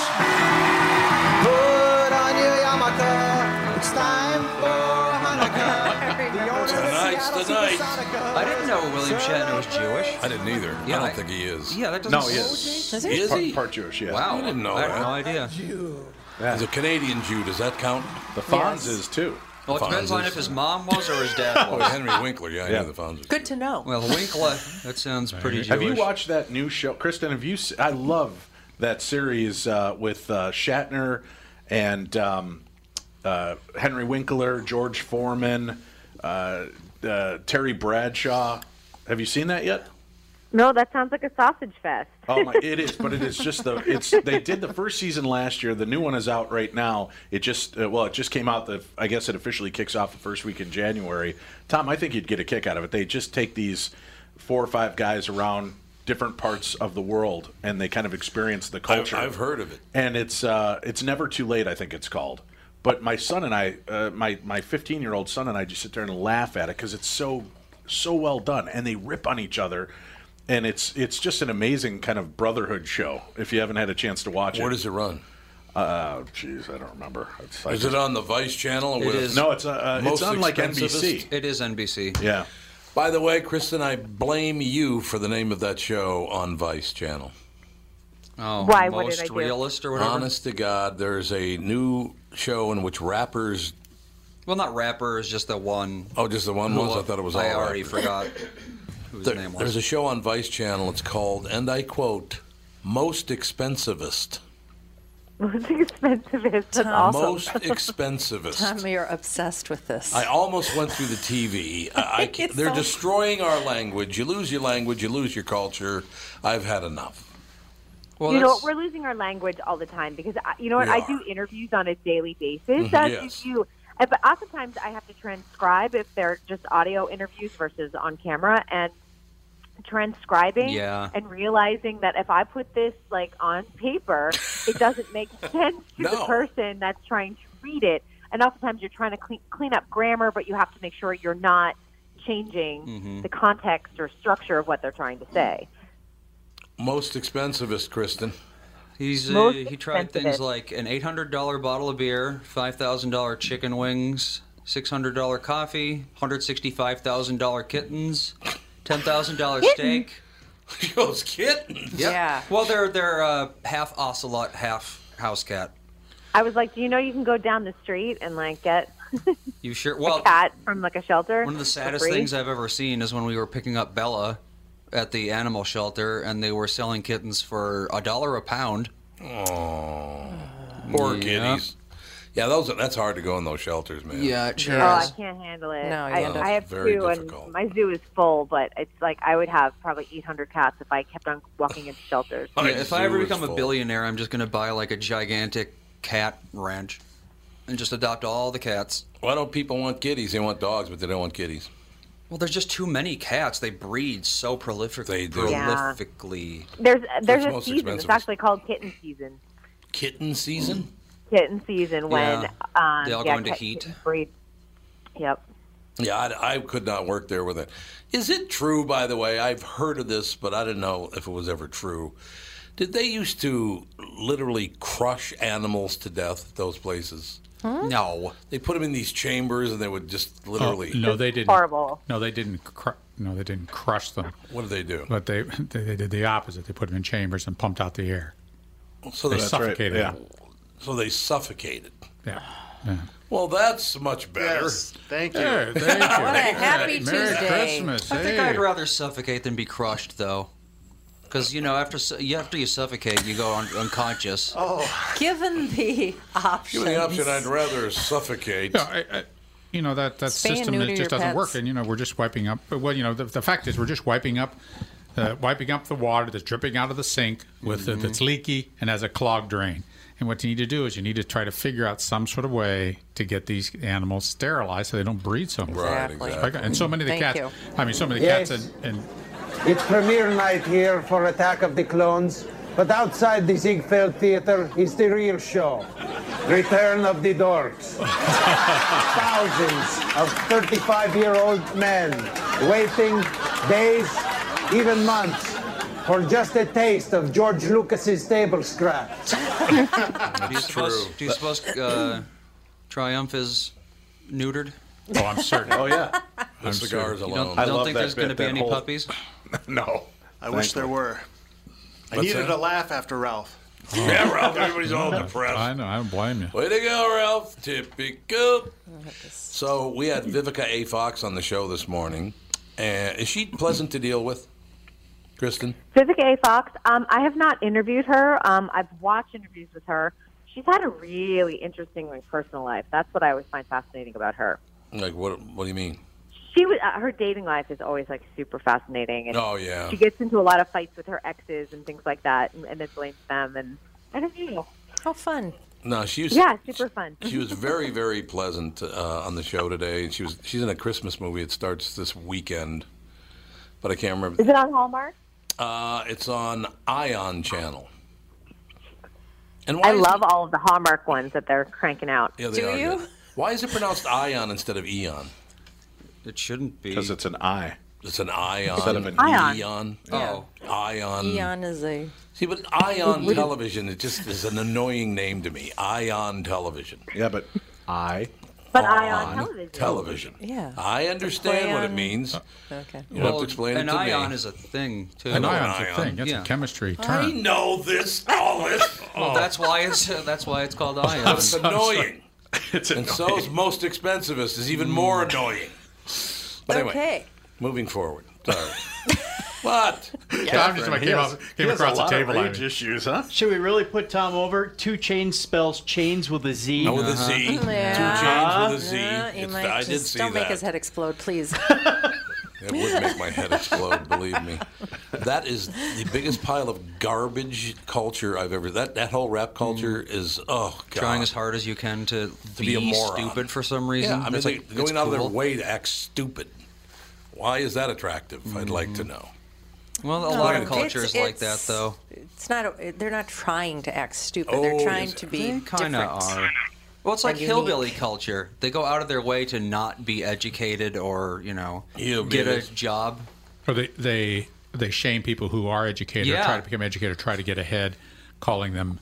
[SPEAKER 15] Put on your yarmulke, it's time for Hanukkah. The owner of
[SPEAKER 1] Tonight's
[SPEAKER 15] Seattle
[SPEAKER 1] the night.
[SPEAKER 15] Supersonica
[SPEAKER 6] I didn't know William Shatner was Jewish.
[SPEAKER 1] I didn't either. I
[SPEAKER 6] Yeah,
[SPEAKER 1] don't
[SPEAKER 6] I-
[SPEAKER 1] think he is.
[SPEAKER 6] yeah, that doesn't-
[SPEAKER 1] No, he is.
[SPEAKER 6] Is he?
[SPEAKER 1] he?
[SPEAKER 6] Part- part Jewish, yeah.
[SPEAKER 1] I
[SPEAKER 6] Wow.
[SPEAKER 1] didn't know
[SPEAKER 6] I had
[SPEAKER 1] that.
[SPEAKER 6] no idea.
[SPEAKER 1] He's a Canadian Jew. Does that count? The
[SPEAKER 6] Fonz Yes.
[SPEAKER 1] is too.
[SPEAKER 6] Well, it depends on if his mom was or his dad
[SPEAKER 1] oh,
[SPEAKER 6] was.
[SPEAKER 1] Henry Winkler. Yeah, I
[SPEAKER 6] Yeah.
[SPEAKER 1] knew the Fonz.
[SPEAKER 8] Good to know.
[SPEAKER 6] Well, Winkler, that sounds pretty Jewish.
[SPEAKER 2] Have you watched that new show, Kristen? Have you? se- I love that series uh, with uh, Shatner and um, uh, Henry Winkler, George Foreman, uh, uh, Terry Bradshaw. Have you seen that yet?
[SPEAKER 7] No, that sounds like a sausage fest.
[SPEAKER 2] Oh my! It is, but it is just the. It's they did the first season last year. The new one is out right now. It just uh, well, it just came out. The I guess it officially kicks off the first week in January. Tom, I think you'd get a kick out of it. They just take these four or five guys around different parts of the world, and they kind of experience the culture.
[SPEAKER 1] I've heard of it.
[SPEAKER 2] and it's uh, it's never too late. I think it's called. But my son and I, uh, my my 15 year old son and I, just sit there and laugh at it because it's so so well done, and they rip on each other, and it's it's just an amazing kind of brotherhood show. If you haven't had a chance to watch it,
[SPEAKER 1] Where does it run?
[SPEAKER 2] Uh, jeez, I don't remember. It's like-
[SPEAKER 1] Is it on the Vice Channel?
[SPEAKER 2] It
[SPEAKER 1] with
[SPEAKER 2] is. No, it's, uh, uh, it's
[SPEAKER 1] most
[SPEAKER 2] on, like,
[SPEAKER 1] expensivest?
[SPEAKER 2] NBC.
[SPEAKER 6] It is NBC.
[SPEAKER 2] Yeah.
[SPEAKER 1] By the way, Kristen, I blame you for the name of that show on Vice Channel.
[SPEAKER 6] Oh,
[SPEAKER 1] Why?
[SPEAKER 6] What did I most do? realist or whatever?
[SPEAKER 1] Honest to God, there's a new show in which rappers.
[SPEAKER 6] Well, not rappers, just the one.
[SPEAKER 1] Oh, just the one
[SPEAKER 6] who-
[SPEAKER 1] was? I thought it was all
[SPEAKER 6] I already
[SPEAKER 1] rappers.
[SPEAKER 6] forgot who his
[SPEAKER 1] There-
[SPEAKER 6] name was.
[SPEAKER 1] There's a show on Vice Channel. It's called, and I quote, "Most Expensivest."
[SPEAKER 7] Most expensivest. That's
[SPEAKER 1] Most expensivest.
[SPEAKER 8] Tom, you're obsessed with this.
[SPEAKER 1] I almost went through the TV. I, I, can't- they're
[SPEAKER 8] It's so-
[SPEAKER 1] destroying our language. You lose your language, you lose your culture. I've had enough.
[SPEAKER 7] you know, we're losing our language all the time because I, you know what?
[SPEAKER 1] We
[SPEAKER 7] I
[SPEAKER 1] are.
[SPEAKER 7] do interviews on a daily basis.
[SPEAKER 1] Mhm.
[SPEAKER 7] That's
[SPEAKER 1] Yes.
[SPEAKER 7] you. uh, But oftentimes I have to transcribe if they're just audio interviews versus on camera and transcribing
[SPEAKER 6] Yeah.
[SPEAKER 7] and realizing that if I put this like on paper, it doesn't make sense to the
[SPEAKER 6] No.
[SPEAKER 7] person that's trying to read it. And oftentimes you're trying to clean, clean up grammar, but you have to make sure you're not changing
[SPEAKER 1] Mhm.
[SPEAKER 7] the context or structure of what they're trying to say.
[SPEAKER 1] Most expensivest, Kristen.
[SPEAKER 6] He's uh,
[SPEAKER 7] Most
[SPEAKER 6] he tried things
[SPEAKER 7] expensive.
[SPEAKER 6] like an eight hundred dollar bottle of beer, five thousand dollar chicken wings, six hundred dollar coffee, hundred sixty five thousand dollar kittens, ten thousand dollar steak.
[SPEAKER 1] Those kittens.
[SPEAKER 6] Yeah. Well, they're they're uh, half ocelot, half house cat.
[SPEAKER 7] I was like, do you know you can go down the street and like get
[SPEAKER 6] You sure? Well,
[SPEAKER 7] a cat from like a shelter?
[SPEAKER 6] One of the saddest
[SPEAKER 7] for free?
[SPEAKER 6] things I've ever seen is when we were picking up Bella at the animal shelter, and they were selling kittens for a dollar a pound.
[SPEAKER 1] Oh, poor
[SPEAKER 6] Yeah.
[SPEAKER 1] kitties. Yeah, those are, that's hard to go in those shelters, man.
[SPEAKER 6] Yeah, it
[SPEAKER 7] Oh, I can't handle it.
[SPEAKER 6] No, you
[SPEAKER 7] I,
[SPEAKER 6] end up-
[SPEAKER 7] I have
[SPEAKER 1] Very
[SPEAKER 7] two,
[SPEAKER 1] difficult.
[SPEAKER 7] and my zoo is full. But it's like I would have probably 800 cats if I kept on walking into shelters.
[SPEAKER 6] Yeah, if I ever become a
[SPEAKER 7] full.
[SPEAKER 6] billionaire, I'm just going to buy like a gigantic cat ranch and just adopt all the cats.
[SPEAKER 1] Why don't people want kitties? They want dogs, but they don't want kitties.
[SPEAKER 6] Well, there's just too many cats. They breed so prolifically. They
[SPEAKER 1] do.
[SPEAKER 7] Yeah.
[SPEAKER 6] Prolifically.
[SPEAKER 7] There's
[SPEAKER 6] That's
[SPEAKER 7] there's a
[SPEAKER 6] most
[SPEAKER 7] season. It's
[SPEAKER 6] expensive.
[SPEAKER 7] actually called kitten season.
[SPEAKER 1] Kitten season?
[SPEAKER 7] Kitten season when
[SPEAKER 1] Yeah.
[SPEAKER 7] um,
[SPEAKER 1] They all
[SPEAKER 7] yeah,
[SPEAKER 1] go into
[SPEAKER 7] cat-
[SPEAKER 1] heat.
[SPEAKER 7] kittens Breed. Yep.
[SPEAKER 1] Yeah, I, I could not work there with it. Is it true, by the way? I've heard of this, but I didn't know if it was ever true. Did they used to literally crush animals to death at those places?
[SPEAKER 4] Hmm?
[SPEAKER 6] No.
[SPEAKER 1] They put them in these chambers and they would just literally.
[SPEAKER 4] Oh, no, they didn't.
[SPEAKER 7] Horrible.
[SPEAKER 4] No, they didn't. Cr- no, they didn't crush them.
[SPEAKER 1] What did they do?
[SPEAKER 4] But they, they they did the opposite. They put them in chambers and pumped out the air.
[SPEAKER 1] So
[SPEAKER 4] they
[SPEAKER 1] that's right,
[SPEAKER 4] suffocated.
[SPEAKER 1] yeah.
[SPEAKER 4] them.
[SPEAKER 1] So they suffocated.
[SPEAKER 4] Yeah.
[SPEAKER 1] Well, that's much better.
[SPEAKER 12] thank
[SPEAKER 1] you. Yeah, thank you.
[SPEAKER 4] What a happy Merry Tuesday. Christmas,
[SPEAKER 6] I think
[SPEAKER 4] hey.
[SPEAKER 6] I'd rather suffocate than be crushed, though. Because you know, after su- you after you suffocate, you go un- unconscious.
[SPEAKER 4] Oh.
[SPEAKER 8] Given the option.
[SPEAKER 1] Given the option, I'd rather suffocate.
[SPEAKER 4] No, I, I, you know that that
[SPEAKER 8] Spay and
[SPEAKER 4] system
[SPEAKER 8] neuter
[SPEAKER 4] it just
[SPEAKER 8] your
[SPEAKER 4] doesn't work,
[SPEAKER 8] pets.
[SPEAKER 4] and you know we're just wiping up. Well, you know the, the fact is we're just wiping up, uh, wiping up the water that's dripping out of the sink with the- that's
[SPEAKER 6] Mm-hmm.
[SPEAKER 4] leaky and has a clogged drain. And what you need to do is you need to try to figure out some sort of way to get these animals sterilized so they don't breed so much.
[SPEAKER 5] Right, Exactly. exactly.
[SPEAKER 4] And so many of the
[SPEAKER 5] Thank
[SPEAKER 4] cats.
[SPEAKER 5] you.
[SPEAKER 4] I mean, so many
[SPEAKER 5] Yes.
[SPEAKER 4] cats and, and
[SPEAKER 16] It's premiere night here for Attack of the Clones, but outside the Ziegfeld Theater is the real show Return of the Dorks. Thousands of 35 year old men waiting days, even months, for just a taste of George Lucas's table scraps.
[SPEAKER 6] do you suppose, Do you suppose uh, Triumph is neutered?
[SPEAKER 4] Oh, I'm certain.
[SPEAKER 2] Oh, yeah.
[SPEAKER 6] The
[SPEAKER 2] I'm
[SPEAKER 6] cigars
[SPEAKER 2] certain.
[SPEAKER 6] alone. You don't- don't think there's gonna
[SPEAKER 2] bit,
[SPEAKER 6] be
[SPEAKER 2] that
[SPEAKER 6] any
[SPEAKER 2] whole-
[SPEAKER 6] puppies?
[SPEAKER 2] no.
[SPEAKER 12] I wish there were. I
[SPEAKER 2] What's
[SPEAKER 12] needed a
[SPEAKER 2] that?
[SPEAKER 12] laugh after Ralph.
[SPEAKER 1] Yeah, Ralph, everybody's all depressed.
[SPEAKER 4] I know. I don't blame you.
[SPEAKER 1] Way to go, Ralph. Typical. So we had Vivica A. Fox on the show this morning. And is she pleasant to deal with, Kristen?
[SPEAKER 7] Vivica A. Fox. Um, I have not interviewed her. Um, I've watched interviews with her. She's had a really interesting like personal life. That's what I always find fascinating about her.
[SPEAKER 1] Like, what What do you mean?
[SPEAKER 7] She was uh, her dating life is always like super fascinating. And
[SPEAKER 1] Oh, yeah.
[SPEAKER 7] She gets into a lot of fights with her exes and things like that, and, and then blames them. And I don't know.
[SPEAKER 8] How fun!
[SPEAKER 1] No, she was.
[SPEAKER 7] Yeah, super fun.
[SPEAKER 1] She was very, very pleasant uh, on the show today. She was. She's in a Christmas movie. It starts this weekend, but I can't remember.
[SPEAKER 7] Is it on Hallmark?
[SPEAKER 1] Uh, it's on Ion Channel. And
[SPEAKER 7] I
[SPEAKER 1] is
[SPEAKER 7] love all of the Hallmark ones that they're cranking out.
[SPEAKER 1] Yeah, they are good. Why is it pronounced Ion instead of Eon?
[SPEAKER 6] It shouldn't be
[SPEAKER 2] because it's an I.
[SPEAKER 1] It's an Ion
[SPEAKER 2] Instead of an
[SPEAKER 8] Ion.
[SPEAKER 1] Eon.
[SPEAKER 8] Yeah.
[SPEAKER 1] Ion.
[SPEAKER 8] Eon is a.
[SPEAKER 1] See, but Ion
[SPEAKER 8] Would you-
[SPEAKER 1] Television, it just is an annoying name to me. Ion Television.
[SPEAKER 2] Yeah, but I.
[SPEAKER 7] But Ion Television.
[SPEAKER 1] Television.
[SPEAKER 7] Yeah.
[SPEAKER 1] I understand what it
[SPEAKER 7] Ion-
[SPEAKER 1] means.
[SPEAKER 8] Oh, Okay.
[SPEAKER 1] You don't have to explain
[SPEAKER 6] an
[SPEAKER 1] it to me.
[SPEAKER 6] ion is a thing too.
[SPEAKER 4] an ion's a thing. That's a chemistry term.
[SPEAKER 1] I know Oh, this, all this.
[SPEAKER 6] Well, that's why it's uh, that's why it's called ion.
[SPEAKER 1] It's annoying. and so is most Mm. expensivest is even more annoying. But anyway,
[SPEAKER 8] Okay.
[SPEAKER 1] moving forward. Sorry. What?
[SPEAKER 4] I'm just- I came up- came across the table, I mean.
[SPEAKER 12] issues, huh?
[SPEAKER 17] Should we really put Tom over? Two chains spells chains with a Z.
[SPEAKER 1] No, with a Z. Uh-huh. Yeah. Two chains with a Z.
[SPEAKER 8] Yeah, you
[SPEAKER 1] It's-
[SPEAKER 8] might
[SPEAKER 1] I did
[SPEAKER 8] just-
[SPEAKER 1] see
[SPEAKER 8] don't make
[SPEAKER 1] that.
[SPEAKER 8] his head explode, please.
[SPEAKER 1] It would make my head explode, believe me. That is the biggest pile of garbage culture I've ever. That that whole rap culture is oh god.
[SPEAKER 6] Mm. Trying as hard as you can to,
[SPEAKER 1] to be, a moron.
[SPEAKER 6] stupid for some reason.
[SPEAKER 1] Yeah, I mean,
[SPEAKER 6] It's
[SPEAKER 1] they,
[SPEAKER 6] like,
[SPEAKER 1] going
[SPEAKER 6] it's
[SPEAKER 1] out of their
[SPEAKER 6] cool.
[SPEAKER 1] way to act stupid. Why is that attractive? I'd like
[SPEAKER 6] Mm.
[SPEAKER 1] to know.
[SPEAKER 6] Well, a
[SPEAKER 8] No,
[SPEAKER 6] lot of
[SPEAKER 8] it's-
[SPEAKER 6] culture is like that,
[SPEAKER 8] it's-
[SPEAKER 6] though.
[SPEAKER 8] It's not. A, they're not trying to act stupid.
[SPEAKER 6] Oh,
[SPEAKER 8] they're trying
[SPEAKER 6] is
[SPEAKER 8] to
[SPEAKER 6] it?
[SPEAKER 8] be
[SPEAKER 6] They
[SPEAKER 8] different.
[SPEAKER 6] kinda are. Well, it's
[SPEAKER 8] Or
[SPEAKER 6] like
[SPEAKER 8] unique.
[SPEAKER 6] hillbilly culture. They go out of their way to not be educated or, you know, get a job.
[SPEAKER 4] Or they they they shame people who are educated, or
[SPEAKER 6] Yeah.
[SPEAKER 4] try to become educated, try to get ahead, calling them.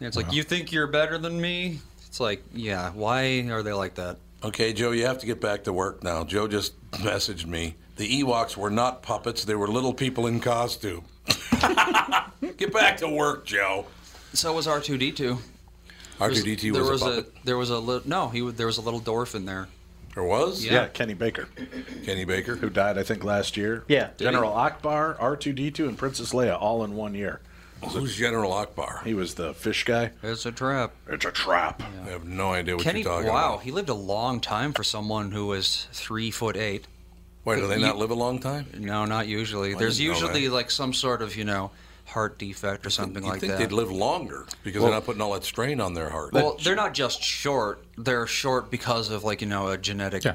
[SPEAKER 6] It's
[SPEAKER 1] Uh-huh.
[SPEAKER 6] like, you think you're better than me? It's like, yeah, why are they like that?
[SPEAKER 1] Okay, Joe, you have to get back to work now. Joe just messaged me. The Ewoks were not puppets; they were little people in costume. get back to work, Joe.
[SPEAKER 6] So was R two D two.
[SPEAKER 1] R2D2
[SPEAKER 6] There
[SPEAKER 1] was a
[SPEAKER 6] a, there was a li- no he wa- there was a little dwarf in there.
[SPEAKER 1] There was
[SPEAKER 6] yeah.
[SPEAKER 2] Yeah, Kenny Baker.
[SPEAKER 1] Kenny Baker,
[SPEAKER 2] who died, I think, last year.
[SPEAKER 17] Yeah.
[SPEAKER 2] General Akbar, R two D two, and Princess Leia all in one year.
[SPEAKER 1] Who's General Akbar?
[SPEAKER 2] He was the fish guy.
[SPEAKER 6] It's a trap.
[SPEAKER 2] It's a trap.
[SPEAKER 1] I have no idea what
[SPEAKER 6] Kenny
[SPEAKER 1] you're talking
[SPEAKER 6] wow
[SPEAKER 1] about.
[SPEAKER 6] he lived a long time for someone who was three foot eight.
[SPEAKER 1] Wait, do they not live a long time?
[SPEAKER 6] No, not usually.
[SPEAKER 1] I
[SPEAKER 6] There's
[SPEAKER 1] didn't know
[SPEAKER 6] usually like some sort of you know heart defect or something
[SPEAKER 1] You
[SPEAKER 6] like
[SPEAKER 1] think
[SPEAKER 6] that.
[SPEAKER 1] they'd live longer because
[SPEAKER 6] Well-
[SPEAKER 1] they're not putting all that strain on their heart?
[SPEAKER 6] Well, they're not just short. They're short because of like you know a genetic
[SPEAKER 4] Yeah,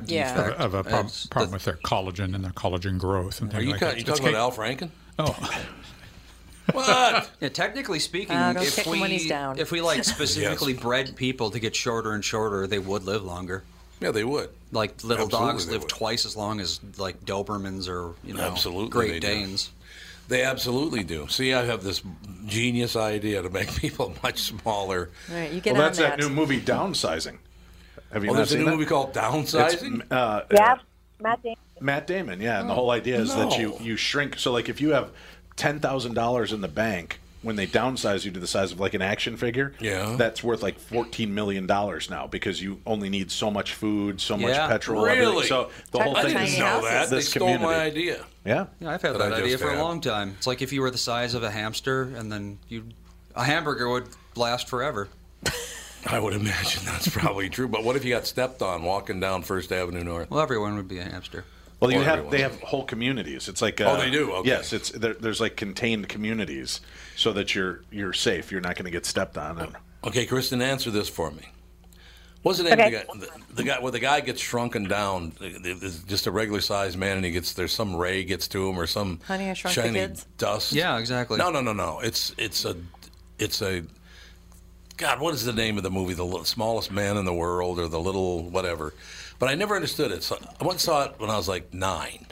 [SPEAKER 4] Of,
[SPEAKER 6] defect.
[SPEAKER 4] a- of a problem,
[SPEAKER 6] It's-
[SPEAKER 4] problem with their collagen and their collagen growth and
[SPEAKER 1] Are
[SPEAKER 4] things
[SPEAKER 1] you,
[SPEAKER 4] like
[SPEAKER 1] ca-
[SPEAKER 4] that.
[SPEAKER 1] you
[SPEAKER 4] It's
[SPEAKER 1] talking about
[SPEAKER 4] ca-
[SPEAKER 1] Al Franken?
[SPEAKER 4] Oh,
[SPEAKER 1] What?
[SPEAKER 6] yeah, technically speaking,
[SPEAKER 8] Uh, don't kick
[SPEAKER 6] if
[SPEAKER 8] him
[SPEAKER 6] we
[SPEAKER 8] when he's down.
[SPEAKER 6] if we like specifically bred people to get shorter and shorter, they would live longer.
[SPEAKER 1] Yeah, they would.
[SPEAKER 6] Like little
[SPEAKER 1] Absolutely
[SPEAKER 6] dogs
[SPEAKER 1] they
[SPEAKER 6] live
[SPEAKER 1] would.
[SPEAKER 6] twice as long as like Dobermans or you know
[SPEAKER 1] Absolutely, they
[SPEAKER 6] Great
[SPEAKER 1] do.
[SPEAKER 6] Danes.
[SPEAKER 1] They absolutely do. See, I have this genius idea to make people much smaller.
[SPEAKER 8] All right, you get
[SPEAKER 2] well,
[SPEAKER 8] on
[SPEAKER 2] that's that.
[SPEAKER 8] that.
[SPEAKER 2] new movie Downsizing. Have you
[SPEAKER 1] Oh,
[SPEAKER 2] not
[SPEAKER 1] there's a
[SPEAKER 2] seen
[SPEAKER 1] new
[SPEAKER 2] that?
[SPEAKER 1] movie called Downsizing? Oh.
[SPEAKER 2] It's, uh,
[SPEAKER 7] Yeah, Matt Damon.
[SPEAKER 2] Matt Damon, yeah, and the whole idea is that you
[SPEAKER 1] No.
[SPEAKER 2] you shrink. So like if you have ten thousand dollars in the bank, when they downsize you to the size of like an action figure,
[SPEAKER 1] Yeah.
[SPEAKER 2] that's worth like fourteen million dollars now because you only need so much food, so much
[SPEAKER 6] Yeah.
[SPEAKER 2] petrol,
[SPEAKER 1] Really?
[SPEAKER 2] everything. So the whole
[SPEAKER 1] I
[SPEAKER 2] thing
[SPEAKER 1] didn't
[SPEAKER 2] is
[SPEAKER 1] know that. They
[SPEAKER 2] This
[SPEAKER 1] stole
[SPEAKER 2] community.
[SPEAKER 1] my idea.
[SPEAKER 2] Yeah.
[SPEAKER 6] Yeah, I've had
[SPEAKER 1] That I
[SPEAKER 6] that, idea
[SPEAKER 1] just
[SPEAKER 6] for
[SPEAKER 1] had.
[SPEAKER 6] a long time. It's like if you were the size of a hamster, and then you, a hamburger would last forever.
[SPEAKER 1] I would imagine that's probably true. But what if you got stepped on walking down First Avenue North?
[SPEAKER 6] Well, everyone would be a hamster.
[SPEAKER 2] Well, you
[SPEAKER 1] Or
[SPEAKER 2] have
[SPEAKER 1] everyone.
[SPEAKER 2] they have whole communities. It's like uh,
[SPEAKER 1] Oh, they do? Okay.
[SPEAKER 2] Yes, it's there, there's like contained communities so that you're you're safe. You're not going to get stepped on. And,
[SPEAKER 1] Okay, Kristen, answer this for me. What's the name
[SPEAKER 2] Okay.
[SPEAKER 1] of the guy? The, the guy where the guy gets shrunken down, is just a regular sized man, and he gets there's some ray gets to him or some
[SPEAKER 8] Honey, I Shrunk the
[SPEAKER 1] shiny
[SPEAKER 8] Kids?
[SPEAKER 1] dust.
[SPEAKER 6] Yeah, exactly.
[SPEAKER 1] No, no, no, no. It's it's a it's a God. What is the name of the movie? The Little- smallest man in the world, or the little whatever. But I never understood it. So I once saw it when I was like nine.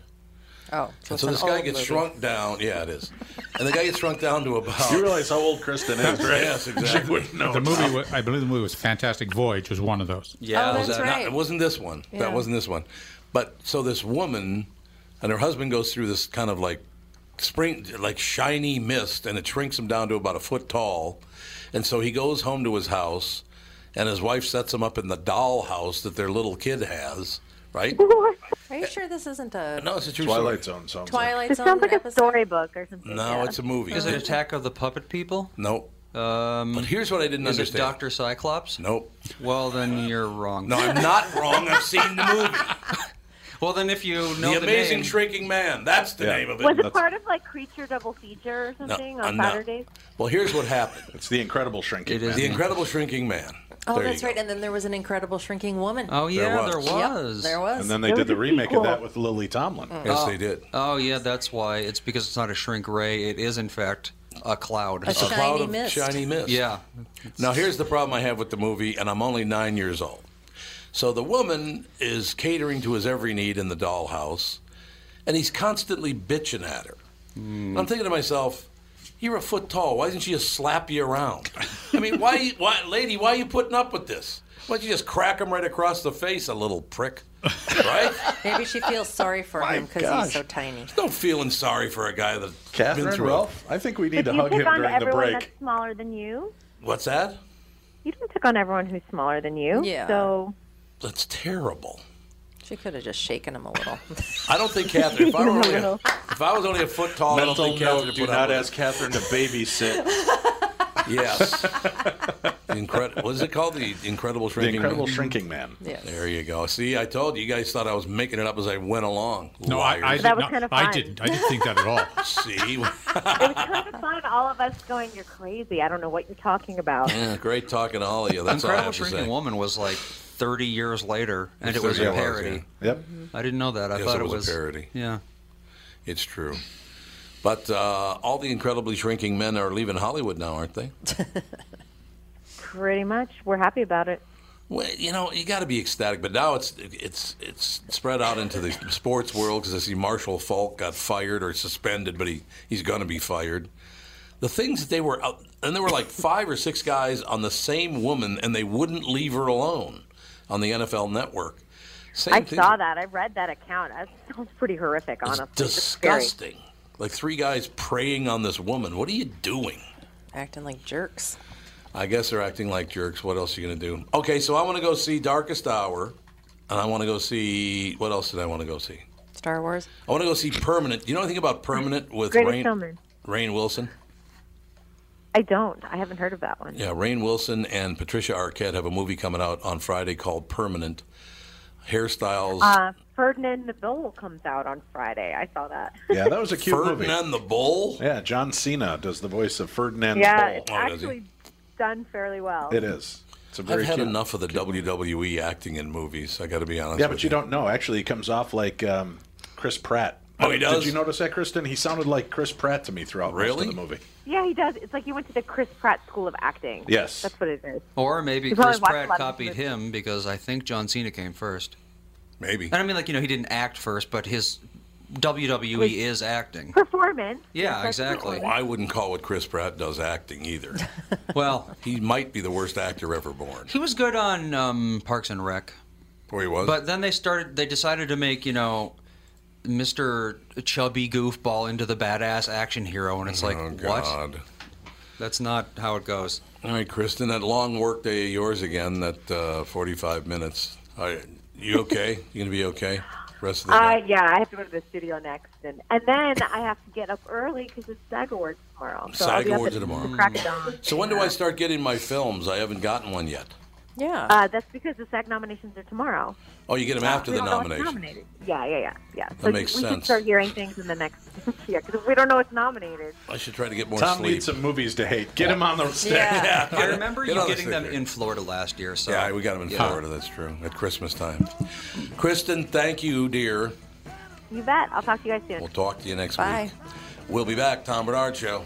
[SPEAKER 8] Oh,
[SPEAKER 1] And
[SPEAKER 8] it's
[SPEAKER 1] so
[SPEAKER 8] an
[SPEAKER 1] this guy
[SPEAKER 8] old
[SPEAKER 1] gets
[SPEAKER 8] movie.
[SPEAKER 1] shrunk down. Yeah, it is. And the guy gets shrunk down to about.
[SPEAKER 2] You realize how old Kristen is, right?
[SPEAKER 1] Yes,
[SPEAKER 2] She
[SPEAKER 1] exactly.
[SPEAKER 2] wouldn't know.
[SPEAKER 4] the movie, wa- I believe the movie was Fantastic Voyage, was one of those.
[SPEAKER 1] Yeah,
[SPEAKER 8] Oh,
[SPEAKER 1] was
[SPEAKER 8] that's
[SPEAKER 1] that-
[SPEAKER 8] right.
[SPEAKER 1] it wasn't this one.
[SPEAKER 8] Yeah.
[SPEAKER 1] That wasn't this one. But so this woman and her husband goes through this kind of like spring, like shiny mist, and it shrinks him down to about a foot tall. And so he goes home to his house, and his wife sets him up in the doll house that their little kid has. Right?
[SPEAKER 8] Are you sure this isn't a
[SPEAKER 1] Uh, No, it's a true
[SPEAKER 2] Twilight
[SPEAKER 1] story.
[SPEAKER 2] Zone sounds.
[SPEAKER 8] Twilight
[SPEAKER 7] This
[SPEAKER 8] Zone
[SPEAKER 7] sounds like a
[SPEAKER 8] episode?
[SPEAKER 7] storybook or something.
[SPEAKER 1] No,
[SPEAKER 7] yeah.
[SPEAKER 1] it's a movie.
[SPEAKER 6] Is it Attack of the Puppet People?
[SPEAKER 1] Nope.
[SPEAKER 6] Um,
[SPEAKER 1] but here's what I didn't
[SPEAKER 6] is
[SPEAKER 1] understand.
[SPEAKER 6] it Doctor Cyclops?
[SPEAKER 1] Nope.
[SPEAKER 6] Well, then you're wrong.
[SPEAKER 1] No, I'm not wrong. I've seen the movie.
[SPEAKER 6] Well, then if you know
[SPEAKER 1] the
[SPEAKER 6] the,
[SPEAKER 1] Amazing
[SPEAKER 6] name,
[SPEAKER 1] Shrinking Man. That's the
[SPEAKER 2] Yeah.
[SPEAKER 1] name of it.
[SPEAKER 7] Was it
[SPEAKER 2] That's-
[SPEAKER 7] part of like Creature Double Feature or something
[SPEAKER 1] uh,
[SPEAKER 7] on
[SPEAKER 1] no.
[SPEAKER 7] Saturdays?
[SPEAKER 1] Well, here's what happened.
[SPEAKER 2] It's the Incredible Shrinking.
[SPEAKER 6] is
[SPEAKER 1] the
[SPEAKER 6] the-
[SPEAKER 1] Incredible Shrinking Man.
[SPEAKER 8] Oh,
[SPEAKER 1] There you
[SPEAKER 8] that's
[SPEAKER 1] go.
[SPEAKER 8] right. And then there was an incredible shrinking woman.
[SPEAKER 6] Oh yeah, there
[SPEAKER 1] was.
[SPEAKER 6] was.
[SPEAKER 8] Yep, there was.
[SPEAKER 2] And then they did the remake of that with Lily Tomlin.
[SPEAKER 1] Yes, they did.
[SPEAKER 6] Oh yeah, that's why. It's because it's not a shrink ray. It is in fact a cloud.
[SPEAKER 8] A shiny
[SPEAKER 1] cloud of
[SPEAKER 8] mist.
[SPEAKER 1] shiny mist.
[SPEAKER 6] Yeah.
[SPEAKER 1] Now here's the problem I have with the movie, and I'm only nine years old. So the woman is catering to his every need in the dollhouse, and he's constantly bitching at her.
[SPEAKER 2] Mm.
[SPEAKER 6] Mm.
[SPEAKER 1] I'm thinking to myself, you're a foot tall. Why doesn't she just slap you around? I mean, why, you- why, lady, why are you putting up with this? Why don't you just crack him right across the face, a little prick? Right?
[SPEAKER 8] Maybe she feels sorry for him because he's so tiny.
[SPEAKER 1] There's no feeling sorry for a guy that's been
[SPEAKER 2] Catherine
[SPEAKER 1] through.
[SPEAKER 2] Ralph, I think we need to
[SPEAKER 7] you
[SPEAKER 2] hug him
[SPEAKER 7] pick on
[SPEAKER 2] during the
[SPEAKER 7] everyone
[SPEAKER 2] break.
[SPEAKER 7] that's smaller than you.
[SPEAKER 1] What's that?
[SPEAKER 7] You don't pick on everyone who's smaller than you.
[SPEAKER 8] Yeah.
[SPEAKER 7] So
[SPEAKER 1] That's terrible.
[SPEAKER 8] She could have just shaken him a little.
[SPEAKER 1] I don't think Catherine. If I were, only a, If I was only a foot tall, I don't
[SPEAKER 2] Mental
[SPEAKER 1] think Catherine
[SPEAKER 2] note,
[SPEAKER 1] would
[SPEAKER 2] do
[SPEAKER 1] put
[SPEAKER 2] not
[SPEAKER 1] up with
[SPEAKER 2] ask Catherine to babysit.
[SPEAKER 1] Yes. Incredible. What is it called? The Incredible Shrinking
[SPEAKER 2] Incredible
[SPEAKER 1] Man.
[SPEAKER 2] Shrinking Man.
[SPEAKER 8] Yes.
[SPEAKER 1] There you go. See, I told you. You guys thought I was making it up as I went along.
[SPEAKER 4] No, I- I
[SPEAKER 1] Liars.
[SPEAKER 4] did That was not- kinda I fun. didn't. I didn't think that at all.
[SPEAKER 1] See?
[SPEAKER 7] kind of fun. All of us going, you're crazy. I don't know what you're talking about.
[SPEAKER 1] Yeah, great talking to all of you. That's all I
[SPEAKER 6] Incredible
[SPEAKER 1] have to say.
[SPEAKER 6] Shrinking Woman was like 30 years later, and it
[SPEAKER 1] Yes,
[SPEAKER 6] was
[SPEAKER 1] it
[SPEAKER 6] a
[SPEAKER 1] was,
[SPEAKER 6] parody.
[SPEAKER 1] yeah. Yep.
[SPEAKER 6] I didn't know that. I
[SPEAKER 1] Yes,
[SPEAKER 6] thought
[SPEAKER 1] it
[SPEAKER 6] it
[SPEAKER 1] was a
[SPEAKER 6] was
[SPEAKER 1] parody.
[SPEAKER 6] Yeah.
[SPEAKER 1] It's true. But uh, all the incredibly shrinking men are leaving Hollywood now, aren't they?
[SPEAKER 7] Pretty much. We're happy about it.
[SPEAKER 1] Well, you know, you got to be ecstatic. But now it's it's it's spread out into the sports world because I see Marshall Falk got fired or suspended, but he he's going to be fired. The things that they were out, and there were like five or six guys on the same woman, and they wouldn't leave her alone on the NFL Network. Same
[SPEAKER 7] I
[SPEAKER 1] thing.
[SPEAKER 7] saw that. I read that account. That sounds pretty horrific,
[SPEAKER 1] It's
[SPEAKER 7] honestly. It's scary.
[SPEAKER 1] disgusting. Like three guys preying on this woman. What are you doing?
[SPEAKER 8] Acting like jerks.
[SPEAKER 1] I guess they're acting like jerks. What else are you going to do? Okay, so I want to go see Darkest Hour, and I want to go see. What else did I want to go see?
[SPEAKER 8] Star Wars.
[SPEAKER 1] I want to go see Permanent. You know anything about Permanent with
[SPEAKER 7] Greatest
[SPEAKER 1] Rain,
[SPEAKER 7] showman.
[SPEAKER 1] Rain Wilson?
[SPEAKER 7] I don't. I haven't heard of that one.
[SPEAKER 1] Yeah, Rain Wilson and Patricia Arquette have a movie coming out on Friday called Permanent. Hairstyles.
[SPEAKER 7] Uh, Ferdinand the Bull comes out on Friday. I saw that.
[SPEAKER 2] Yeah, that was a cute movie.
[SPEAKER 1] Ferdinand the Bull.
[SPEAKER 2] Yeah, John Cena does the voice of Ferdinand
[SPEAKER 7] yeah,
[SPEAKER 2] the
[SPEAKER 7] it's
[SPEAKER 1] Oh,
[SPEAKER 2] Bull.
[SPEAKER 7] actually done fairly well.
[SPEAKER 2] It is. It's a very
[SPEAKER 1] I've had
[SPEAKER 2] cute.
[SPEAKER 1] enough of the WWE acting in movies. I got to be honest.
[SPEAKER 2] yeah,
[SPEAKER 1] with
[SPEAKER 2] but you don't know. Actually, he comes off like um, Chris Pratt.
[SPEAKER 1] Oh, he does?
[SPEAKER 2] Did you notice that, Kristen? He sounded like Chris Pratt to me throughout
[SPEAKER 6] Really?
[SPEAKER 2] most of the movie.
[SPEAKER 7] Yeah, he does. It's like he went to the Chris Pratt School of Acting.
[SPEAKER 2] Yes.
[SPEAKER 7] That's what it is.
[SPEAKER 6] Or maybe
[SPEAKER 7] You probably
[SPEAKER 6] Chris
[SPEAKER 7] watched
[SPEAKER 6] Pratt
[SPEAKER 7] a lot of
[SPEAKER 6] copied
[SPEAKER 7] movies.
[SPEAKER 6] him because I think John Cena came first.
[SPEAKER 1] Maybe.
[SPEAKER 6] And I mean, like, you know, he didn't act first, but his WWE is acting.
[SPEAKER 7] Performance.
[SPEAKER 6] Yeah, exactly.
[SPEAKER 1] Well, I wouldn't call what Chris Pratt does acting either.
[SPEAKER 6] well,
[SPEAKER 1] he might be the worst actor ever born.
[SPEAKER 6] He was good on um, Parks and Rec.
[SPEAKER 1] Oh, he was.
[SPEAKER 6] But then they started. They decided to make you know, Mister Chubby Goofball into the badass action hero, and it's like
[SPEAKER 2] Oh,
[SPEAKER 6] what?
[SPEAKER 1] Oh, God.
[SPEAKER 6] That's not how it goes.
[SPEAKER 1] All right, Kristen, that long work day of yours again, that uh, 45 minutes. All right, you okay? you going to be okay? Rest of the
[SPEAKER 7] Uh,
[SPEAKER 1] day?
[SPEAKER 7] yeah, I have to go to the studio next, and, and then I have to get up early because it's SAG Awards tomorrow. So I'll
[SPEAKER 1] SAG
[SPEAKER 7] be up
[SPEAKER 1] Awards
[SPEAKER 7] at
[SPEAKER 1] are tomorrow.
[SPEAKER 7] the Crack of dawn.
[SPEAKER 1] So when do I start getting my films? I haven't gotten one yet.
[SPEAKER 8] Yeah.
[SPEAKER 7] Uh, that's because the SAG nominations are tomorrow.
[SPEAKER 1] Oh, you get them after
[SPEAKER 7] Uh, we
[SPEAKER 1] the
[SPEAKER 7] don't know what's
[SPEAKER 1] nomination.
[SPEAKER 7] nominated. Yeah, yeah, yeah, yeah.
[SPEAKER 1] That
[SPEAKER 7] so you-
[SPEAKER 1] makes
[SPEAKER 7] we should
[SPEAKER 1] sense.
[SPEAKER 7] start hearing things in the next. yeah, because we don't know what's nominated.
[SPEAKER 1] I should try to get more
[SPEAKER 2] Tom
[SPEAKER 1] sleep.
[SPEAKER 2] needs some movies to hate. Get him on the stick.
[SPEAKER 1] Yeah.
[SPEAKER 6] I remember
[SPEAKER 1] Get
[SPEAKER 6] you
[SPEAKER 1] on the
[SPEAKER 6] getting them
[SPEAKER 1] stick.
[SPEAKER 6] in Florida last year. So
[SPEAKER 1] Yeah, we got them in
[SPEAKER 6] Yeah.
[SPEAKER 1] Florida, that's true, at Christmas time. Kristen, thank you, dear.
[SPEAKER 7] You bet. I'll talk to you guys soon.
[SPEAKER 1] We'll talk to you next
[SPEAKER 7] Bye.
[SPEAKER 1] week. We'll be back, Tom Bernard Show.